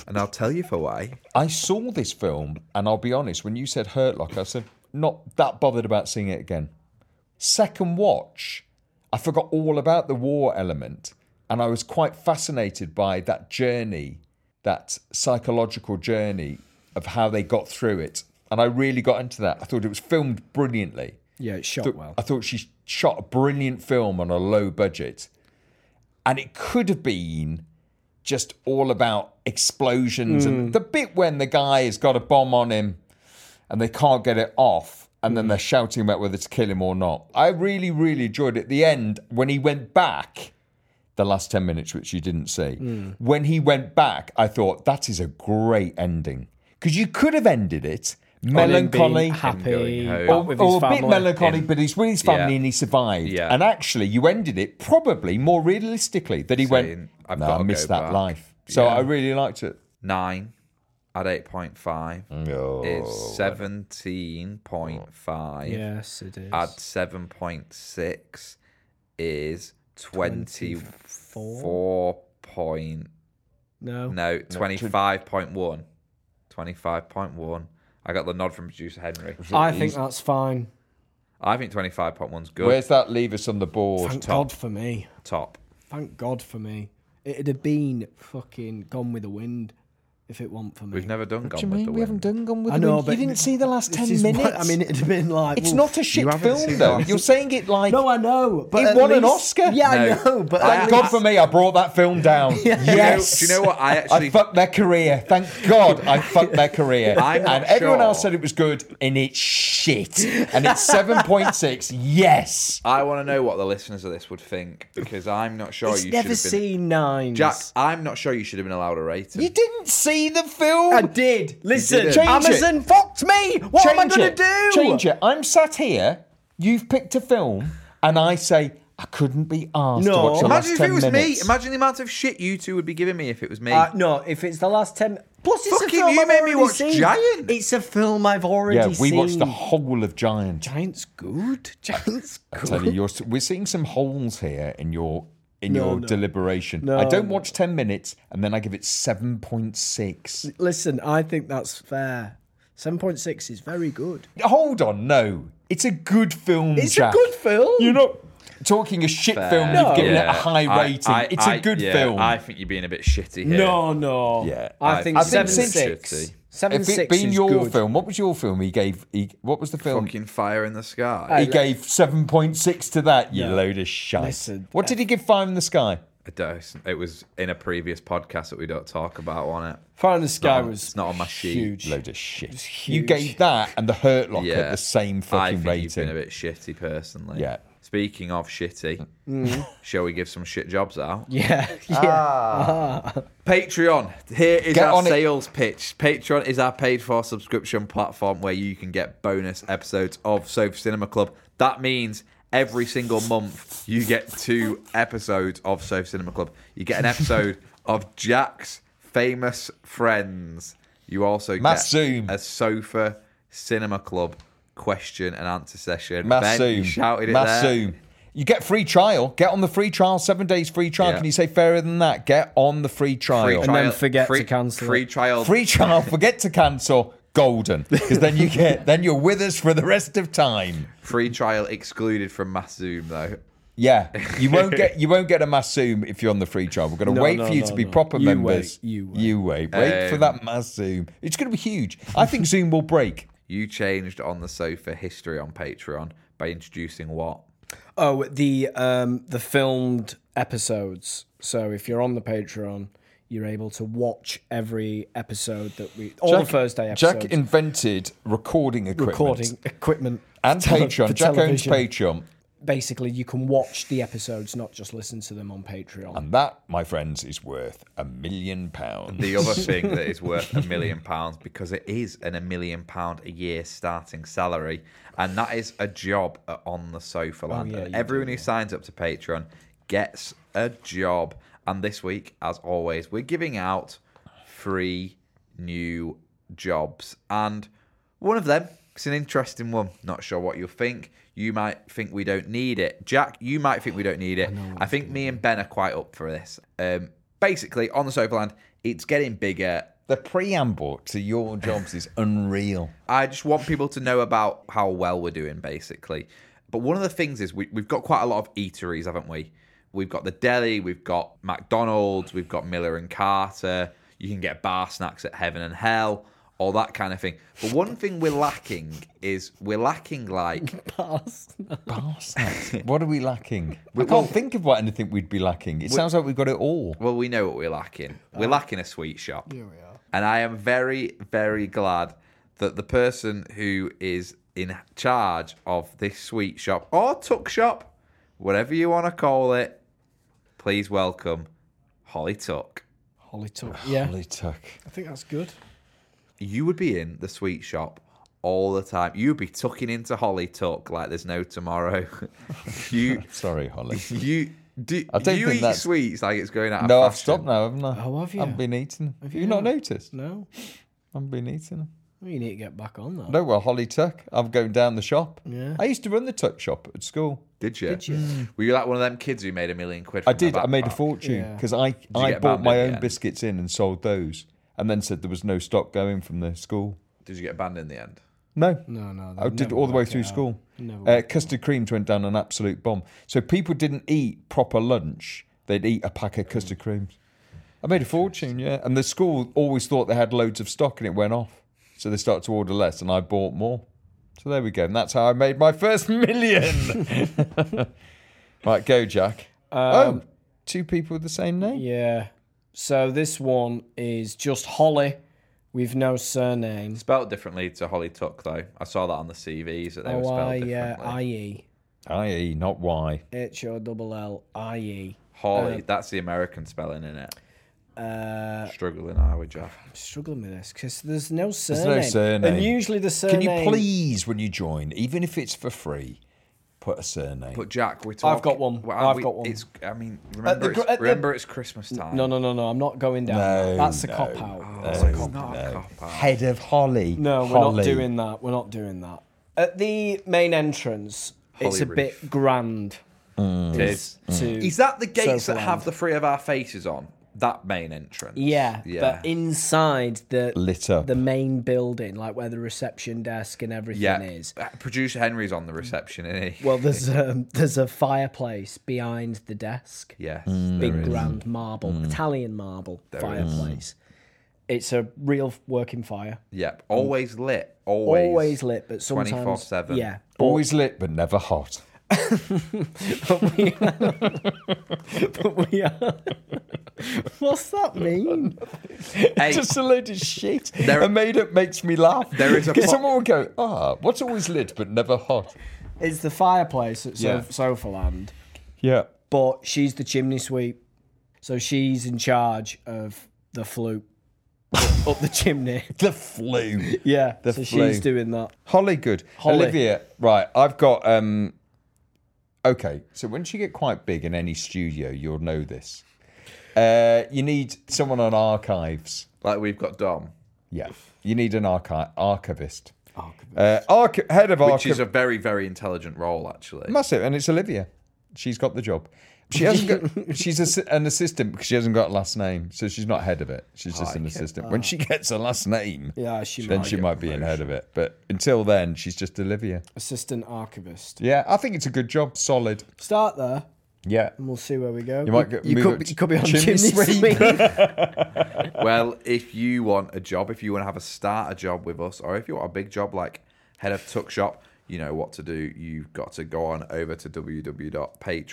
Speaker 1: And I'll tell you for why.
Speaker 2: I saw this film, and I'll be honest. When you said Hurt Lock, I said not that bothered about seeing it again. Second watch, I forgot all about the war element, and I was quite fascinated by that journey, that psychological journey of how they got through it, and I really got into that. I thought it was filmed brilliantly.
Speaker 3: Yeah, it's shot
Speaker 2: thought-
Speaker 3: well.
Speaker 2: I thought she shot a brilliant film on a low budget. And it could have been just all about explosions
Speaker 3: Mm.
Speaker 2: and the bit when the guy has got a bomb on him and they can't get it off. And
Speaker 3: Mm.
Speaker 2: then they're shouting about whether to kill him or not. I really, really enjoyed it. The end, when he went back, the last 10 minutes, which you didn't see,
Speaker 3: Mm.
Speaker 2: when he went back, I thought, that is a great ending. Because you could have ended it melancholy,
Speaker 3: happy,
Speaker 1: home.
Speaker 3: back with his
Speaker 2: or a bit
Speaker 3: family.
Speaker 2: melancholy,
Speaker 1: In-
Speaker 2: but he's with his family
Speaker 1: Yeah.
Speaker 2: and he survived.
Speaker 1: Yeah.
Speaker 2: And actually, you ended it probably more realistically that he
Speaker 1: Saying,
Speaker 2: went,
Speaker 1: "I've
Speaker 2: no,
Speaker 1: gotta
Speaker 2: I missed
Speaker 1: go
Speaker 2: that
Speaker 1: back."
Speaker 2: life. So
Speaker 1: Yeah.
Speaker 2: I really liked it.
Speaker 1: Nine at eight point five
Speaker 2: Oh,
Speaker 1: is seventeen point five.
Speaker 3: Yes, it is.
Speaker 1: Add seven point six is twenty four point
Speaker 3: no.
Speaker 1: no twenty five point one. Twenty five point one. I got the nod from producer Henry.
Speaker 3: I think that's fine.
Speaker 1: I think twenty five point one's good.
Speaker 2: Where's that leave us on the board?
Speaker 3: Thank God for me.
Speaker 1: top?
Speaker 3: Thank God for me. It'd have been fucking gone with the wind if it weren't for me.
Speaker 1: We've never done Gone
Speaker 2: Do you
Speaker 1: with
Speaker 2: mean
Speaker 1: the
Speaker 2: we haven't
Speaker 1: Wind.
Speaker 2: done Gone with
Speaker 3: I
Speaker 2: the
Speaker 3: know,
Speaker 2: Wind?
Speaker 3: but
Speaker 2: You didn't
Speaker 3: th-
Speaker 2: see the last
Speaker 3: this
Speaker 2: 10
Speaker 3: is what-
Speaker 2: minutes.
Speaker 3: I mean, it'd have been like
Speaker 2: it's
Speaker 3: well,
Speaker 2: not a shit
Speaker 1: haven't
Speaker 2: film,
Speaker 1: seen
Speaker 2: though.
Speaker 1: that.
Speaker 2: You're saying it like.
Speaker 3: No, I know, but
Speaker 2: It
Speaker 3: at
Speaker 2: won an
Speaker 3: least-
Speaker 2: Oscar.
Speaker 1: No.
Speaker 3: Yeah,
Speaker 1: Ah,
Speaker 3: I know, but
Speaker 2: Thank
Speaker 3: at
Speaker 2: God
Speaker 3: least-
Speaker 2: for me, I brought that film down. Yes.
Speaker 1: Do you know what? I actually
Speaker 2: I fucked their career. Thank God I fucked their career.
Speaker 1: I'm not
Speaker 2: and everyone
Speaker 1: sure.
Speaker 2: else said it was good, and it's shit. And it's 7.6. Yes.
Speaker 1: I want to know what the listeners of this would think because I'm not sure
Speaker 3: it's
Speaker 1: Oh, you
Speaker 3: never
Speaker 1: should have been.
Speaker 3: seen nine.
Speaker 1: Jack, I'm not sure you should have been allowed a rating.
Speaker 2: You didn't see the film.
Speaker 1: Oh,
Speaker 3: I did. Listen,
Speaker 2: didn't.
Speaker 3: Amazon
Speaker 2: Change
Speaker 3: fucked me. What am I
Speaker 2: Change
Speaker 3: gonna
Speaker 2: it.
Speaker 3: do?
Speaker 2: Change it. I'm sat here, you've picked a film, and I say, I couldn't be asked to
Speaker 3: No.
Speaker 2: watch the
Speaker 1: Imagine
Speaker 2: last
Speaker 1: if it
Speaker 2: 10
Speaker 1: was me.
Speaker 2: minutes.
Speaker 1: Imagine the amount of shit you two would be giving me if it was me.
Speaker 3: Uh, no, if it's the last ten. Plus, it's
Speaker 1: Fucking
Speaker 3: a film
Speaker 1: you
Speaker 3: I've
Speaker 1: made me
Speaker 3: already
Speaker 1: watch
Speaker 3: seen.
Speaker 1: Giant.
Speaker 3: It's a film I've already
Speaker 2: Yeah, we
Speaker 3: seen.
Speaker 2: watched the whole of Giant.
Speaker 3: Giant's good. Giant's
Speaker 2: Tell
Speaker 3: good.
Speaker 2: you, you're, we're seeing some holes here in your in
Speaker 3: No,
Speaker 2: your
Speaker 3: no.
Speaker 2: deliberation.
Speaker 3: No,
Speaker 2: I don't
Speaker 3: no.
Speaker 2: watch 10 minutes and then I give it 7.6.
Speaker 3: Listen, I think that's fair. 7.6 is very good.
Speaker 2: Hold on, no. It's a good film,
Speaker 3: It's
Speaker 2: Jack.
Speaker 3: a good film.
Speaker 2: You're not talking a shit film,
Speaker 3: No.
Speaker 2: you've given it
Speaker 1: Yeah,
Speaker 2: a high
Speaker 1: I-
Speaker 2: rating.
Speaker 1: I-
Speaker 2: it's a
Speaker 1: I-
Speaker 2: good
Speaker 1: yeah,
Speaker 2: film.
Speaker 1: I think you're being a bit shitty here.
Speaker 3: No, no.
Speaker 1: Yeah,
Speaker 3: I,
Speaker 1: I-
Speaker 3: think
Speaker 1: I
Speaker 2: think
Speaker 3: 7.6.
Speaker 2: since-
Speaker 3: 7.6
Speaker 2: if it been
Speaker 3: is
Speaker 2: your
Speaker 3: good.
Speaker 2: film, what was your film he gave? He, what was the film?
Speaker 1: Fucking fire in the sky.
Speaker 2: he gave 7.6 to that, you load of shite.
Speaker 3: Listen,
Speaker 2: what did he give Five in the Sky?
Speaker 1: I don't- It was in a previous podcast that we don't talk about on it.
Speaker 3: Fire in the Sky
Speaker 1: not-
Speaker 3: was
Speaker 1: it's not on my sheet.
Speaker 3: huge.
Speaker 2: Load of shit. You
Speaker 3: huge.
Speaker 2: gave that and The Hurt Locker
Speaker 1: Yeah,
Speaker 2: the same
Speaker 1: I think
Speaker 2: fucking
Speaker 1: You've
Speaker 2: rating.
Speaker 1: been a bit shitty personally.
Speaker 2: Yeah.
Speaker 1: Speaking of shitty, shall we give some shit jobs out?
Speaker 3: Yeah, yeah.
Speaker 1: Patreon. Here is
Speaker 2: Get
Speaker 1: our
Speaker 2: on it.
Speaker 1: sales pitch. Patreon is our paid for subscription platform where you can get bonus episodes of Sofa Cinema Club. That means every single month you get two episodes of Sofa Cinema Club. You get an episode of Jack's Famous Friends. You also
Speaker 2: Mass
Speaker 1: get
Speaker 2: Zoom.
Speaker 1: a Sofa Cinema Club question and answer session.
Speaker 2: Mass
Speaker 1: Ben, you
Speaker 2: Zoom.
Speaker 1: shouted it
Speaker 2: Mass
Speaker 1: there.
Speaker 2: Zoom. You get free trial. Get on the free trial. Seven days free trial.
Speaker 1: Yeah.
Speaker 2: Can you say fairer than that? Get on the free trial.
Speaker 1: Free
Speaker 2: Free trial.
Speaker 1: trial-
Speaker 3: then forget
Speaker 1: free,
Speaker 3: to cancel
Speaker 1: Free
Speaker 3: it.
Speaker 1: trial.
Speaker 2: forget to cancel. Golden, because then you get then you're with us for the rest of time.
Speaker 1: Free trial excluded from Mass Zoom though.
Speaker 2: Yeah, you won't get you won't get a mass Zoom if you're on the free trial. We're going to
Speaker 3: No,
Speaker 2: wait
Speaker 3: no,
Speaker 2: for you
Speaker 3: no,
Speaker 2: to be
Speaker 3: no.
Speaker 2: proper
Speaker 3: You
Speaker 2: members.
Speaker 3: wait, you wait.
Speaker 2: you wait. Wait for
Speaker 1: Um,
Speaker 2: that mass Zoom. It's going to be huge. I think Zoom will break.
Speaker 1: You changed on the sofa history on Patreon by introducing what?
Speaker 3: Oh, the um, the filmed episodes. So if you're on the Patreon, you're able to watch every episode that we all the Thursday episodes.
Speaker 2: Jack invented recording equipment.
Speaker 3: recording equipment
Speaker 2: and
Speaker 3: for tele- for
Speaker 2: Patreon. Jack owns
Speaker 3: television.
Speaker 2: Patreon.
Speaker 3: Basically, you can watch the episodes, not just listen to them on Patreon.
Speaker 2: And that, my friends, is worth a million pounds.
Speaker 1: The other thing that is worth a million pounds because it is an a million pound a year starting salary, and that is a job at on the sofa land. And Everyone who signs up to Patreon gets a job. And this week, as always, we're giving out free new jobs, and one of them it's an interesting one. Not sure what you'll think. You might think we don't need it. Jack, you might think we don't need it. I, think me and Ben are quite up for this. Um, basically, on the sofa land, it's getting bigger.
Speaker 2: The preamble to your jobs is unreal.
Speaker 1: I just want people to know about how well we're doing, basically. But one of the things is we, we've got quite a lot of eateries, haven't we? We've got the deli, we've got McDonald's, we've got Miller and Carter. You can get bar snacks at Heaven and Hell, all that kind of thing. But one thing we're lacking is we're lacking like
Speaker 2: Bar snacks. what are we lacking? We can't think of what anything we'd be lacking. It sounds like we've got it all.
Speaker 1: Well, we know what we're lacking. We're
Speaker 2: Uh,
Speaker 1: lacking a sweet shop. Here we are. And I am very, very glad that the person who is in charge of this sweet shop or tuck shop, whatever you want to call it, please welcome Holly Tuck.
Speaker 3: Holly Tuck. Yeah,
Speaker 2: Holy tuck.
Speaker 3: I think that's good.
Speaker 1: You would be in the sweet shop all the time. You'd be tucking into Holly Tuck like there's no tomorrow. you,
Speaker 2: Sorry, Holly.
Speaker 1: you, do,
Speaker 2: I don't
Speaker 1: you
Speaker 2: think
Speaker 1: eat
Speaker 2: that's-
Speaker 1: sweets like it's going out of
Speaker 2: No, I've
Speaker 1: fashion.
Speaker 2: stopped now, haven't I?
Speaker 3: Oh, have you?
Speaker 2: I haven't been eating. Have you,
Speaker 3: you
Speaker 2: not
Speaker 3: not?
Speaker 2: noticed?
Speaker 3: No,
Speaker 2: I haven't been eating them.
Speaker 3: you need to get back on that.
Speaker 2: No, well, Holly Tuck. I'm going down the shop.
Speaker 3: Yeah.
Speaker 2: I used to run the tuck shop at school.
Speaker 1: Did you? Did you?
Speaker 3: Hmm.
Speaker 1: Were you like one of them kids who made a million quid?
Speaker 2: I
Speaker 1: from oh, their
Speaker 2: did. I made a
Speaker 1: backpack?
Speaker 2: fortune
Speaker 3: Yeah.
Speaker 2: because I,
Speaker 1: you
Speaker 2: I
Speaker 1: get
Speaker 2: bought
Speaker 1: banded
Speaker 2: my
Speaker 1: in
Speaker 2: own
Speaker 1: the end?
Speaker 2: biscuits in and sold those, and then said there was no stock going from the school.
Speaker 1: Did you get banned in the end?
Speaker 2: No,
Speaker 3: No, no,
Speaker 2: I
Speaker 3: they'd
Speaker 2: did
Speaker 3: never
Speaker 2: all the way
Speaker 3: work it
Speaker 2: through
Speaker 3: out.
Speaker 2: school.
Speaker 3: Never
Speaker 2: Uh, custard creams went down an absolute bomb. So people didn't eat proper lunch; they'd eat a pack of
Speaker 3: Mm.
Speaker 2: custard creams. I made a fortune, yeah. And the school always thought they had loads of stock, and it went off. So they started to order less, and I bought more. So there we go. And that's how I made my first million. right, go, Jack. oh, two people with the same name.
Speaker 3: Um, Yeah. So this one is just Holly with no surname.
Speaker 1: Spelled differently to Holly Tuck, though. I saw that on the CVs that they were
Speaker 3: O
Speaker 1: spelled
Speaker 3: Oh, I yeah,
Speaker 1: differently.
Speaker 3: uh, I E
Speaker 2: I.e., not Y.
Speaker 3: H O double L I E.
Speaker 1: Holly, that's the American spelling in it.
Speaker 3: Uh,
Speaker 1: Struggling, are we, Jeff?
Speaker 3: I'm struggling with this because there's no
Speaker 2: no
Speaker 3: surname.
Speaker 2: surname.
Speaker 3: And usually the surname.
Speaker 2: Can you please, when you join, even if it's for free, put a surname?
Speaker 1: But Jack, we're talking.
Speaker 3: got one.
Speaker 1: Well,
Speaker 3: I've
Speaker 1: we-
Speaker 3: got one.
Speaker 1: It's. I mean, remember,
Speaker 3: the gr-
Speaker 1: it's,
Speaker 3: at the-
Speaker 1: remember it's Christmas time.
Speaker 3: No, no, no, no. I'm not going down.
Speaker 2: No,
Speaker 3: that. That's a
Speaker 2: no,
Speaker 3: cop out.
Speaker 1: It's
Speaker 3: That's a
Speaker 1: not
Speaker 3: cop out.
Speaker 1: a cop out.
Speaker 2: Head of Holly.
Speaker 3: No, we're
Speaker 2: Holly.
Speaker 3: not doing that. We're not doing that. At the main entrance,
Speaker 1: Holly
Speaker 3: it's a
Speaker 1: roof.
Speaker 3: bit grand. is to
Speaker 1: Is that the gates that
Speaker 3: Sofa Mm. Land.
Speaker 1: have the three of our faces on? That main entrance.
Speaker 3: yeah,
Speaker 1: Yeah.
Speaker 3: but inside the
Speaker 2: Lit up.
Speaker 3: the main building, like where the reception desk and everything
Speaker 1: yeah. Uh,
Speaker 3: is.
Speaker 1: Producer Henry's on the reception, isn't he?
Speaker 3: Well, there's a, there's a fireplace behind the desk.
Speaker 1: yes.
Speaker 3: big grand marble, Italian marble fireplace. It's a real working fire.
Speaker 1: Yep. Always lit. Always.
Speaker 3: Always, lit, but sometimes
Speaker 1: 24/7.
Speaker 3: Yeah,
Speaker 2: Always lit, but never hot.
Speaker 3: but we are. but we are. What's that mean?
Speaker 1: Hey,
Speaker 2: Just a load of shit.
Speaker 1: There-
Speaker 2: a made up makes me laugh.
Speaker 1: There is a
Speaker 2: 'Cause
Speaker 1: po-
Speaker 2: someone will go, ah, what's always lit but never hot?
Speaker 3: It's the fireplace at
Speaker 2: Yeah.
Speaker 3: yeah. Sofa Land,
Speaker 2: Yeah.
Speaker 3: but she's the chimney sweep, so she's in charge of the flue up- up the chimney.
Speaker 2: The flu.
Speaker 3: Yeah,
Speaker 2: The
Speaker 3: so
Speaker 2: flue.
Speaker 3: she's doing that.
Speaker 2: Holly, good.
Speaker 3: Holly.
Speaker 2: Olivia, right? I've got. um Okay, so once you get quite big in any studio, you'll know this. Uh You need someone on archives.
Speaker 1: like we've got Dom,
Speaker 2: Yeah, you need an archi- archivist. Archivist. Uh, arch- head of
Speaker 1: which
Speaker 2: archive.
Speaker 1: is a very, very intelligent role, actually.
Speaker 2: Massive, and it's Olivia. She's got the job. She hasn't got. She's assi- an assistant because she hasn't got a last name, so she's not head of it. She's just an assistant. When she gets a last name,
Speaker 3: Yeah, she
Speaker 2: then
Speaker 3: might
Speaker 2: she
Speaker 3: get
Speaker 2: might be in head of it. But until then, she's just Olivia.
Speaker 3: Assistant archivist.
Speaker 2: Yeah, I think it's a good job. Solid.
Speaker 3: Start there,
Speaker 2: Yeah.
Speaker 3: and we'll see where we go.
Speaker 2: You might get,
Speaker 3: You
Speaker 2: move
Speaker 3: could,
Speaker 2: up
Speaker 3: be-
Speaker 2: to
Speaker 3: you could be on chimney, sweep.
Speaker 1: well, if you want a job, if you want to have a starter job with us, or if you want a big job like head of tuck shop, you know what to do. You've got to go on over to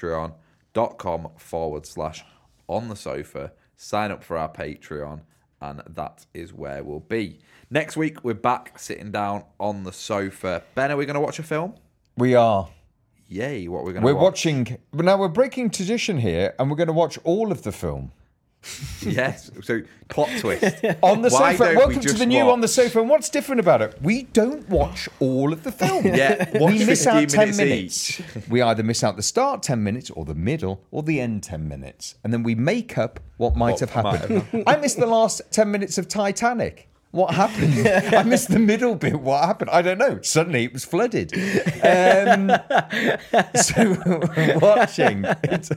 Speaker 1: www.patreon.com forward slash on the sofa, sign up for our Patreon, and that is where we'll be. Next week, we're back sitting down on the sofa. Ben, are we going to watch a film?
Speaker 2: We are.
Speaker 1: Yay, what are we going to
Speaker 2: We're
Speaker 1: watch?
Speaker 2: watching. But now we're breaking tradition here, and we're going to watch all of the film
Speaker 1: Yes. So plot twist.
Speaker 2: on the
Speaker 1: Why
Speaker 2: sofa.
Speaker 1: don't we
Speaker 2: Welcome to
Speaker 1: just
Speaker 2: the new
Speaker 1: watch-
Speaker 2: on the sofa. And what's different about it? We don't watch all of the film.
Speaker 1: Yeah, watch
Speaker 2: we miss
Speaker 1: 15
Speaker 2: out ten
Speaker 1: minutes
Speaker 2: minutes. we either miss out the start ten minutes, or the middle, or the end ten minutes, and then we make up what might have happened. I missed the last ten minutes of Titanic. What happened? I missed the middle bit. What happened? I don't know. Suddenly it was flooded. Um, so we're watching. It's-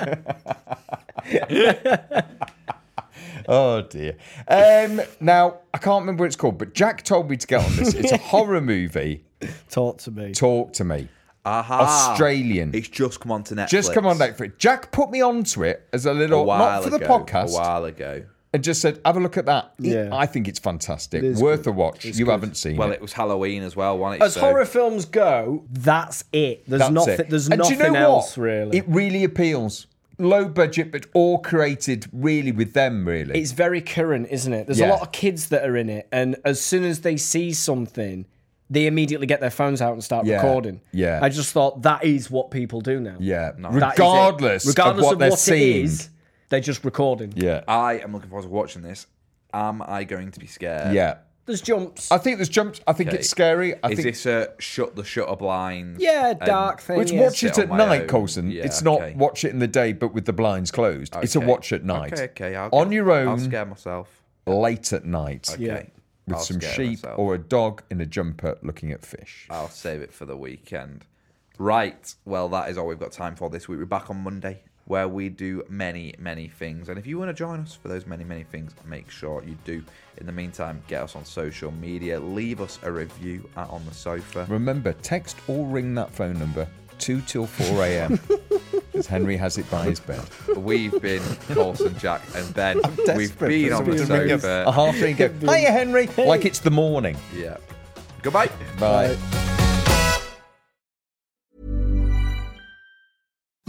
Speaker 2: Oh dear. Um, now I can't remember what it's called, but Jack told me to get on this. It's a horror movie.
Speaker 3: Talk to me.
Speaker 2: Talk to me.
Speaker 1: Aha.
Speaker 2: Australian.
Speaker 1: It's just come on to Netflix.
Speaker 2: Just come on back for it. Jack put me onto it as
Speaker 1: a
Speaker 2: a little
Speaker 1: while
Speaker 2: not for
Speaker 1: ago.
Speaker 2: the
Speaker 1: A
Speaker 2: podcast,
Speaker 1: while ago.
Speaker 2: and just said, "Have a look at that."
Speaker 3: Yeah.
Speaker 2: I think it's fantastic, worth a watch. you haven't seen
Speaker 1: Well,
Speaker 2: it.
Speaker 1: it was Halloween as well, wasn't it?
Speaker 3: As
Speaker 1: So-
Speaker 3: horror films go, that's it. There's
Speaker 2: That's
Speaker 3: nothing.
Speaker 2: it.
Speaker 3: There's
Speaker 2: and
Speaker 3: nothing
Speaker 2: do you know
Speaker 3: else
Speaker 2: what?
Speaker 3: really.
Speaker 2: It really appeals. Low budget, but all created really with them. Really,
Speaker 3: it's very current, isn't it? There's
Speaker 2: Yeah.
Speaker 3: a lot of kids that are in it, and as soon as they see something, they immediately get their phones out and start
Speaker 2: Yeah.
Speaker 3: recording.
Speaker 2: Yeah.
Speaker 3: I just thought that is what people do now.
Speaker 2: yeah.
Speaker 3: That is it.
Speaker 2: Regardless,
Speaker 3: regardless
Speaker 2: of what they're
Speaker 3: it
Speaker 2: seeing,
Speaker 3: is, they're just recording.
Speaker 2: yeah,
Speaker 1: I am looking forward to watching this. Am I going to be scared?
Speaker 2: yeah.
Speaker 3: There's jumps.
Speaker 2: I think there's jumps. I think
Speaker 1: Okay.
Speaker 2: it's scary. I
Speaker 1: Is
Speaker 2: think
Speaker 1: this a shut the shutter blinds? Um,
Speaker 3: yeah,
Speaker 1: and-
Speaker 3: dark thing.
Speaker 2: It's
Speaker 3: yeah.
Speaker 2: watch
Speaker 1: sit on
Speaker 2: it at
Speaker 1: my
Speaker 2: night,
Speaker 1: own.
Speaker 2: Colson.
Speaker 1: Yeah,
Speaker 2: it's not
Speaker 1: okay.
Speaker 2: watch it in the day, but with the blinds closed. It's a
Speaker 1: Okay.
Speaker 2: watch at night.
Speaker 1: Okay, okay. I'll
Speaker 2: on
Speaker 1: get-
Speaker 2: your own,
Speaker 1: I'll scare myself.
Speaker 2: late at night,
Speaker 3: Yeah.
Speaker 2: with
Speaker 1: I'll
Speaker 2: some
Speaker 1: scare
Speaker 2: sheep
Speaker 1: myself. Oh.
Speaker 2: or a dog in a jumper looking at fish.
Speaker 1: I'll save it for the weekend. Right. Well, that is all we've got time for this week. We're back on Monday where we do many, many things. And if you want to join us for those many, many things, make sure you do. In the meantime, get us on social media. Leave us a review at On the Sofa.
Speaker 2: Remember, text or ring that phone number two till four a.m. because Henry has it by his bed.
Speaker 1: We've been Colson, Jack, and Ben. We've
Speaker 2: Desperate
Speaker 1: been
Speaker 2: for
Speaker 1: on the
Speaker 2: someone to ring us
Speaker 1: sofa.
Speaker 2: Uh-huh. A half ring. Go, Hiya, Henry. Like it's the morning.
Speaker 1: Yeah. Goodbye.
Speaker 2: Bye.